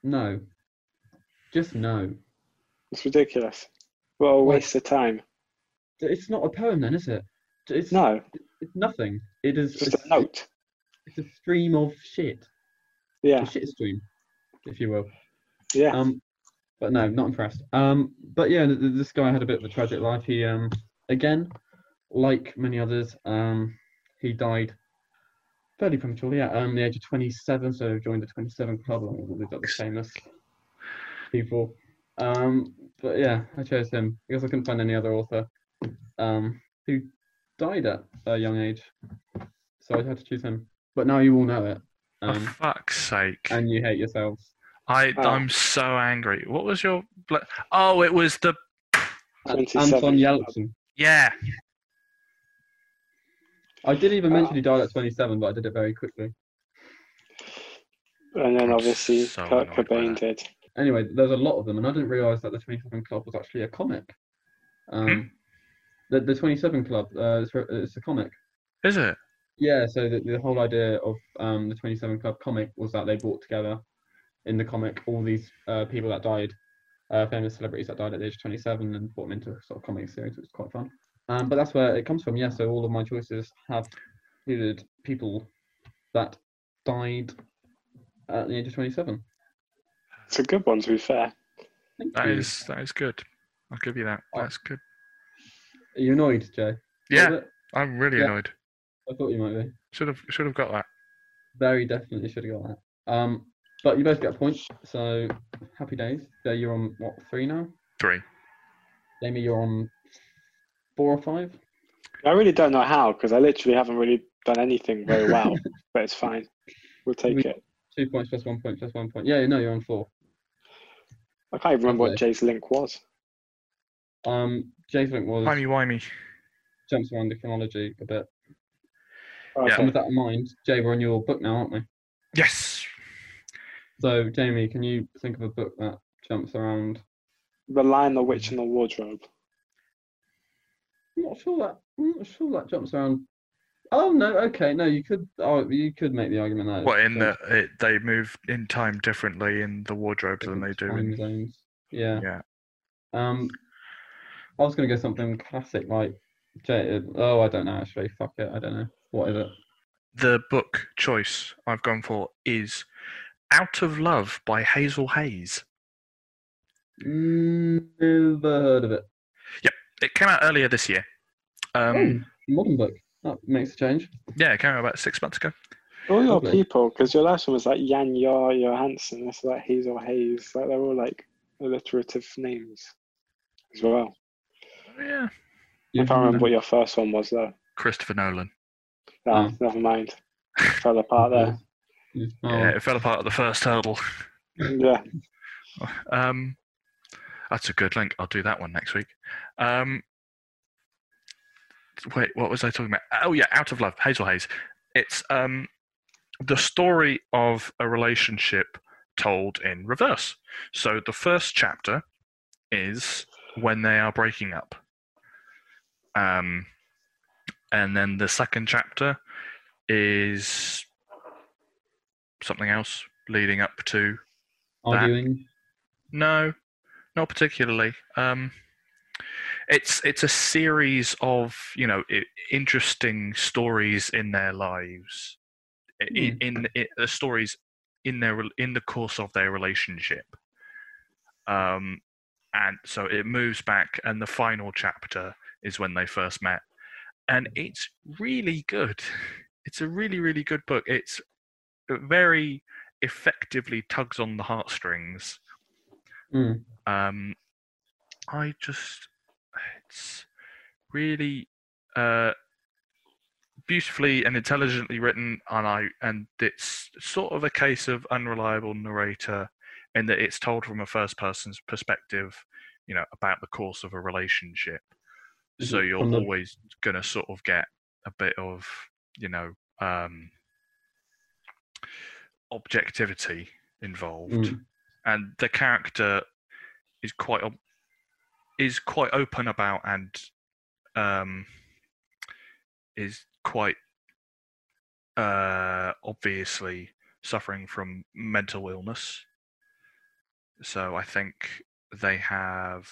S1: no, just no.
S3: It's ridiculous. What a waste of time.
S1: It's not a poem then, is it? It's not.
S3: No,
S1: It's nothing. It is
S3: it's just
S1: it's-
S3: a note.
S1: It's a stream of shit.
S3: Yeah,
S1: A shit stream, if you will.
S3: yeah.
S1: Um, but no, not impressed. Um, but yeah, th- th- this guy had a bit of a tragic life. He um, again, like many others, um, he died fairly prematurely at um, the age of 27. So joined the 27 Club along with all these other famous people. Um, but yeah, I chose him because I couldn't find any other author um, who died at a young age, so I had to choose him. But now you all know it,
S2: For
S1: um,
S2: fuck's sake!
S1: and you hate yourselves.
S2: I
S3: Oh.
S2: I'm so angry. What was your? bla- Oh, it was the
S1: Anton
S3: 27.
S1: Yelchin.
S2: yeah.
S1: I did even mention he died at 27, but I did it very quickly.
S3: And then
S2: I'm
S3: obviously
S2: so
S3: Kurt
S2: annoyed by that.
S3: Cobain did.
S1: Anyway, there's a lot of them, and I didn't realize that the 27 Club was actually a comic. Um, the, the 27 Club, uh, it's, it's a comic.
S2: Is it?
S1: Yeah, so the, the whole idea of um, the 27 Club comic was that they brought together in the comic all these uh, people that died, uh, famous celebrities that died at the age of 27, and brought them into a sort of comic series, which is quite fun. Um, but that's where it comes from, yeah. So all of my choices have included people that died at the age of 27.
S3: It's a good one, to be fair.
S1: Thank
S2: That
S1: you.
S2: is that is good. I'll give you that.
S1: Oh.
S2: That's good.
S1: Are you annoyed, Jay?
S2: Yeah,
S1: Was it?
S2: I'm really
S1: Yeah.
S2: annoyed.
S1: I thought you might be.
S2: Should have should have got that.
S1: Very definitely should have got that. Um, but you both get a point, so happy days. So you're on what three now?
S2: Three.
S1: Jamie, you're on four or five.
S3: I really don't know how because I literally haven't really done anything very well, but it's fine. We'll take
S1: We-
S3: it.
S1: Two points plus one point plus one point. Yeah, no, you're on four.
S3: I can't even remember what Jay's link was.
S1: Um, Jay's link was
S2: Wimey wimey.
S1: jumps around the chronology a bit.
S3: Oh,
S2: Yeah.
S1: And with that in mind, Jay, we're on your book now, aren't we?
S2: Yes.
S1: So, Jamie, can you think of a book that jumps around?
S3: The Lion, the Witch, and the Wardrobe.
S1: I'm not sure that. I'm not sure that jumps around. Oh no, okay, no, you could. Oh, you could make the argument that. it
S2: What in
S1: jumps
S2: the it, they move in time differently in the wardrobe than they
S1: different
S2: do
S1: time
S2: in
S1: zones. Yeah.
S2: yeah.
S1: Um, I was gonna go something classic like, J- oh, I don't know actually. Fuck it, I don't know. What is it?
S2: The book choice I've gone for is Out of Love by Hazel Hayes.
S1: Never heard of it.
S2: It came out earlier this year. Um,
S1: oh, modern book. That makes a change.
S2: Yeah, it came out about six months ago.
S3: All your
S1: Lovely.
S3: people, because your last one was like Yan Yar Johansson, that's like Hazel Hayes, like they're all like alliterative names as well.
S2: Yeah.
S1: You
S3: I can't remember what your first one was though.
S2: Christopher Nolan.
S3: No,
S1: Oh.
S3: never mind. Fell apart there.
S1: you-
S2: Yeah,
S1: oh,
S2: it fell apart at the first hurdle.
S3: Yeah.
S2: Um, that's a good link. I'll do that one next week. Um, wait, what was I talking about? Oh yeah, Out of Love, Hazel Hayes. It's um, the story of a relationship told in reverse. So the first chapter is when they are breaking up. Um, and then the second chapter is something else leading up to
S1: arguing.
S2: no, not particularly. Um, it's it's a series of you know i interesting stories in their lives, i- i-
S1: Hmm.
S2: in, i the stories in their rel- in the course of their relationship. Um, and so it moves back, and the final chapter is when they first met, and it's really good. It's a really really good book. It's very effectively tugs on the heartstrings
S1: Mm.
S2: um, I just it's really uh, beautifully and intelligently written, and I and it's sort of a case of unreliable narrator in that it's told from a first person's perspective, you know, about the course of a relationship. So
S1: Mhm,
S2: you're
S1: from the-
S2: always gonna sort of get a bit of you know um, objectivity involved
S1: Mm.
S2: and the character is quite op- is quite open about and um is quite uh obviously suffering from mental illness so i think they have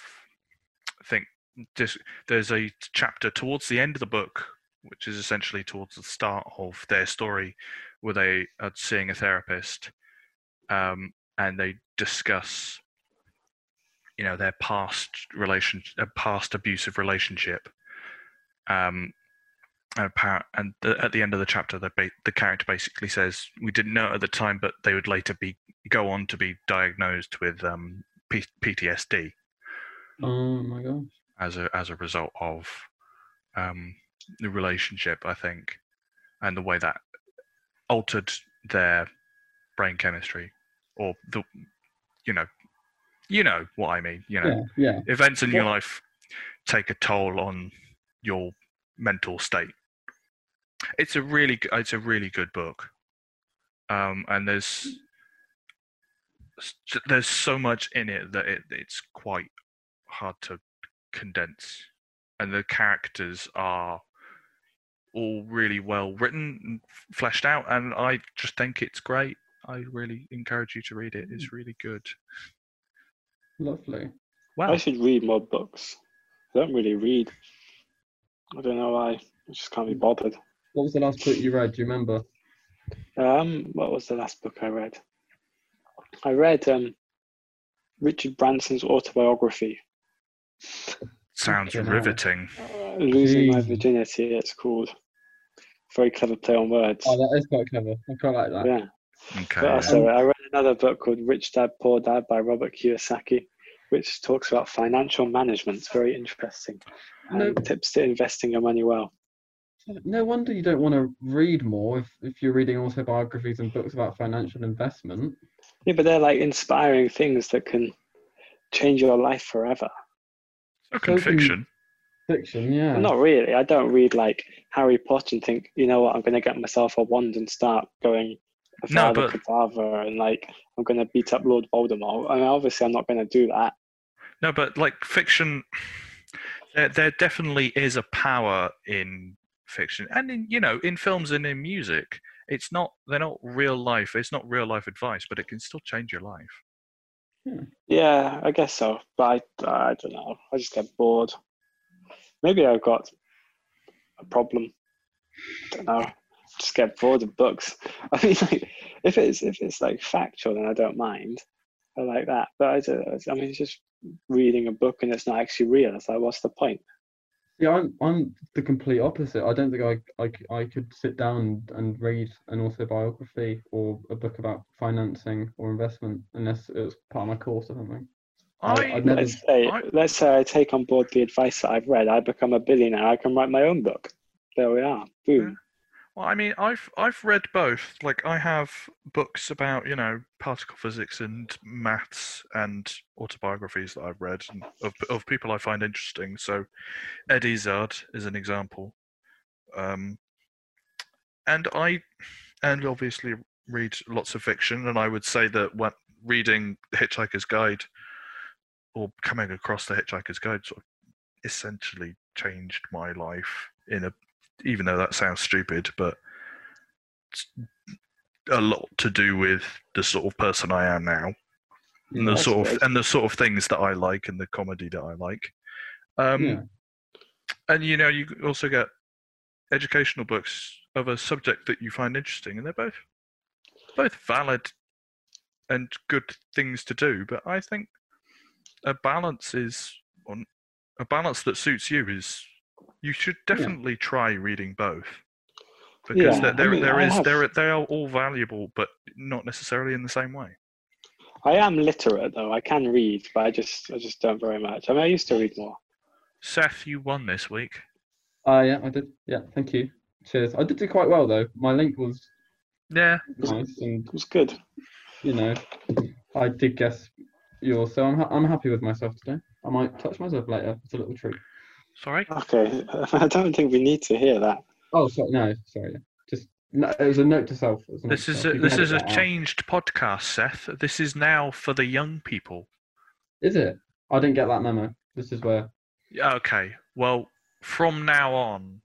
S2: i think dis- there's a chapter towards the end of the book which is essentially towards the start of their story where they are seeing a therapist um and they discuss you know their past relation uh, past abusive relationship um and, appar- and the, at the end of the chapter the, ba- the character basically says we didn't know at the time but they would later be go on to be diagnosed with um, P- ptsd
S1: Oh my gosh.
S2: as a as a result of um, the relationship, I think, and the way that altered their brain chemistry, or the you know, you know what I mean. You know,
S1: Yeah, yeah.
S2: events in your
S1: Yeah.
S2: life take a toll on your mental state. It's a really, g- it's a really good book, um, and there's s- there's so much in it that it, it's quite hard to condense, and the characters are all really well written, and f- fleshed out, and I just think it's great. I really encourage you to read it. It's really good.
S1: Lovely.
S2: Wow.
S3: I should read more books. I don't really read. I don't know why. I just can't be bothered.
S1: What was the last book you read? Do you remember?
S3: Um, what was the last book I read? I read um, Richard Branson's autobiography,
S2: Sounds
S1: Fucking hell.
S2: riveting.
S3: uh, "Losing My
S1: Jeez.
S3: Virginity." It's called. Very clever play on words.
S1: Oh, that is quite clever. I quite like that.
S3: yeah.
S2: Okay.
S3: But
S2: yeah.
S3: also, I read another book called Rich Dad Poor Dad by Robert Kiyosaki, which talks about financial management. It's very interesting. And
S1: No.
S3: tips to investing your money well.
S1: No wonder you don't want to read more if, if you're reading autobiographies and books about financial investment.
S3: Yeah, but they're like inspiring things that can change your life forever.
S2: So can
S1: So can-
S2: fiction.
S1: Fiction, yeah.
S3: Not really. I don't read like Harry Potter and think, you know what, I'm going to get myself a wand and start going
S2: No,
S3: Avada
S2: but-
S3: Kedavra and like I'm going to beat up Lord Voldemort. I mean, obviously, I'm not going to do that.
S2: No, but like fiction, there, there definitely is a power in fiction, and in you know, in films and in music. It's not they're not real life. It's not real life advice, but it can still change your life.
S3: Yeah, I guess so. But I, I don't know. I just get bored. Maybe I've got a problem. I don't know. Just get bored of books. I mean, like, if it's if it's like factual, then I don't mind. I like that. But I, don't- I mean, it's just reading a book and it's not actually real. It's like, what's the point?
S1: Yeah, I'm I'm the complete opposite. I don't think I I, c- I could sit down and read an autobiography or a book about financing or investment unless it was part of my course or something. I-
S2: I,
S1: I'd never-
S3: Let's say,
S2: I-
S3: let's say I take on board the advice that I've read. I become a billionaire. I can write my own book. There we are. Boom.
S2: well, I mean, I've I've read both. Like I have books about you know particle physics and maths and autobiographies that I've read and of of people I find interesting. So, Ed Izzard is an example, um, and I and obviously read lots of fiction. And I would say that what reading The Hitchhiker's Guide or coming across The Hitchhiker's Guide sort of essentially changed my life in a even though that sounds stupid, but it's a lot to do with the sort of person I am now, and
S1: Yeah.
S2: the
S3: that's
S2: sort of
S3: great.
S2: and the sort of things that I like, and the comedy that I like. Um,
S3: Hmm.
S1: Yeah.
S2: And you know, you also get educational books of a subject that you find interesting, and they're both both valid and good things to do. But I think a balance is on a balance that suits you is you should
S1: Yeah.
S2: definitely try reading both because there
S3: Yeah, I
S2: there,
S3: mean,
S2: there
S3: I
S2: is
S3: have-
S2: there are- they are all valuable but not necessarily in the same way
S3: I am literate though. I can read, but I just I just don't very much. I mean, I used to read more.
S2: seth you won this week
S1: Uh, yeah, I did. Yeah, thank you. Cheers. I did do quite well though. My link was
S2: yeah
S1: nice, and
S3: It was good.
S1: you know, I did guess yours, so I'm ha- I'm happy with myself today. I might touch myself later. It's a little treat.
S2: sorry
S3: Okay, I don't think we need to hear that.
S1: Oh, sorry, no, sorry. Just no, it was a note to self. it was note
S2: this
S1: to
S2: is
S1: self.
S2: a,
S1: You can
S2: this
S1: edit
S2: is a
S1: that out.
S2: changed podcast seth this is now for the young people
S1: Is it? I didn't get that memo. This is where.
S2: Yeah, okay well from now on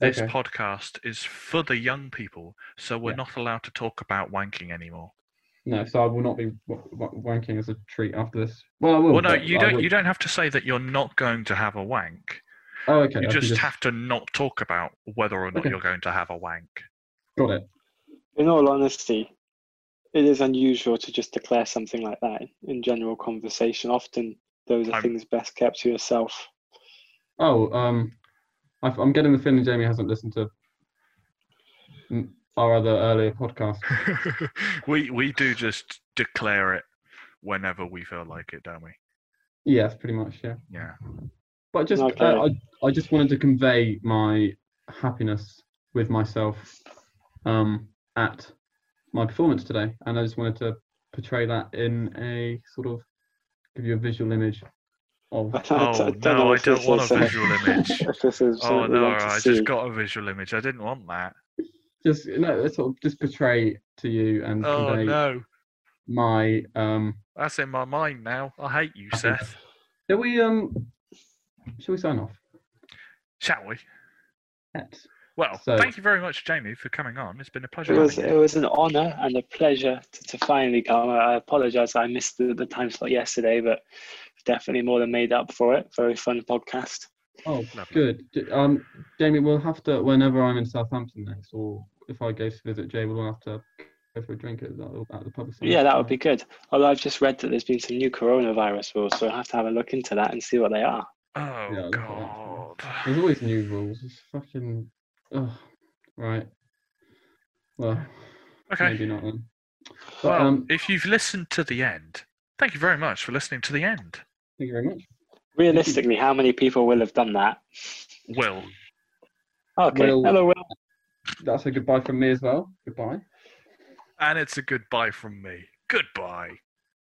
S2: this
S1: Okay.
S2: podcast is for the young people so we're
S1: Yeah.
S2: not allowed to talk about wanking anymore
S1: No, so I will not be w- w- wanking as a treat after this. Well, I will.
S2: well no
S1: but
S2: you
S1: I
S2: don't
S1: will-
S2: you don't have to say that you're not going to have a wank
S1: Oh, okay. I
S2: you
S1: can
S2: just, have to not talk about whether or not
S1: Okay.
S2: you're going to have a wank.
S1: Got it.
S3: In all honesty, it is unusual to just declare something like that in general conversation. Often, those are
S2: I'm-
S3: things best kept to yourself.
S1: Oh, um, I, I'm getting the feeling Jamie hasn't listened to m- our other earlier podcast.
S2: we we do just declare it whenever we feel like it, don't we?
S1: Yes, pretty much. Yeah.
S2: Yeah.
S1: But just
S3: Okay.
S1: uh, I, I just wanted to convey my happiness with myself um, at my performance today, and I just wanted to portray that in a sort of give you a visual image of.
S3: I
S2: Oh
S3: don't- I don't know
S2: no, I
S3: if
S2: don't
S3: this
S2: want
S3: is,
S2: a
S3: uh,
S2: visual image.
S3: if this is
S2: Oh
S3: something we
S2: no,
S3: want to
S2: I
S3: see.
S2: just got a visual image. I didn't want that.
S1: just no, sort of just portray to you and
S2: Oh
S1: convey
S2: no,
S1: my um.
S2: that's in my mind now. I hate you,
S1: Happiness.
S2: Seth.
S1: Shall we um? Shall we sign off?
S2: Shall we?
S1: Yes.
S2: Well,
S1: So-
S2: thank you very much, Jamie, for coming on. It's been a pleasure.
S3: It was
S2: having
S3: it
S2: you.
S3: was an honour and a pleasure to, to finally come. I, I apologise I missed the, the time slot yesterday, but definitely more than made up for it. Very fun podcast.
S1: Oh,
S2: Lovely.
S1: good. J- Um, Jamie, we'll have to whenever I'm in Southampton next, or if I go to visit Jay, we'll have to go for a drink at the, at the pub. or something.
S3: Yeah, that would be good. Although I've just read that there's been some new coronavirus rules, so I will have to have a look into that and see what they are.
S2: Oh
S1: Yeah, I'll
S2: god.
S1: There's always new rules. It's fucking. Ugh. Right. Well,
S2: Okay.
S1: maybe not then. But,
S2: Well,
S1: um,
S2: if you've listened to the end, thank you very much for listening to the end.
S1: thank you very much.
S3: Realistically, how many people will have done that?
S2: Will.
S3: Okay,
S1: Will-
S3: hello, Will.
S1: That's a goodbye from me as well. Goodbye.
S2: And it's a goodbye from me. Goodbye.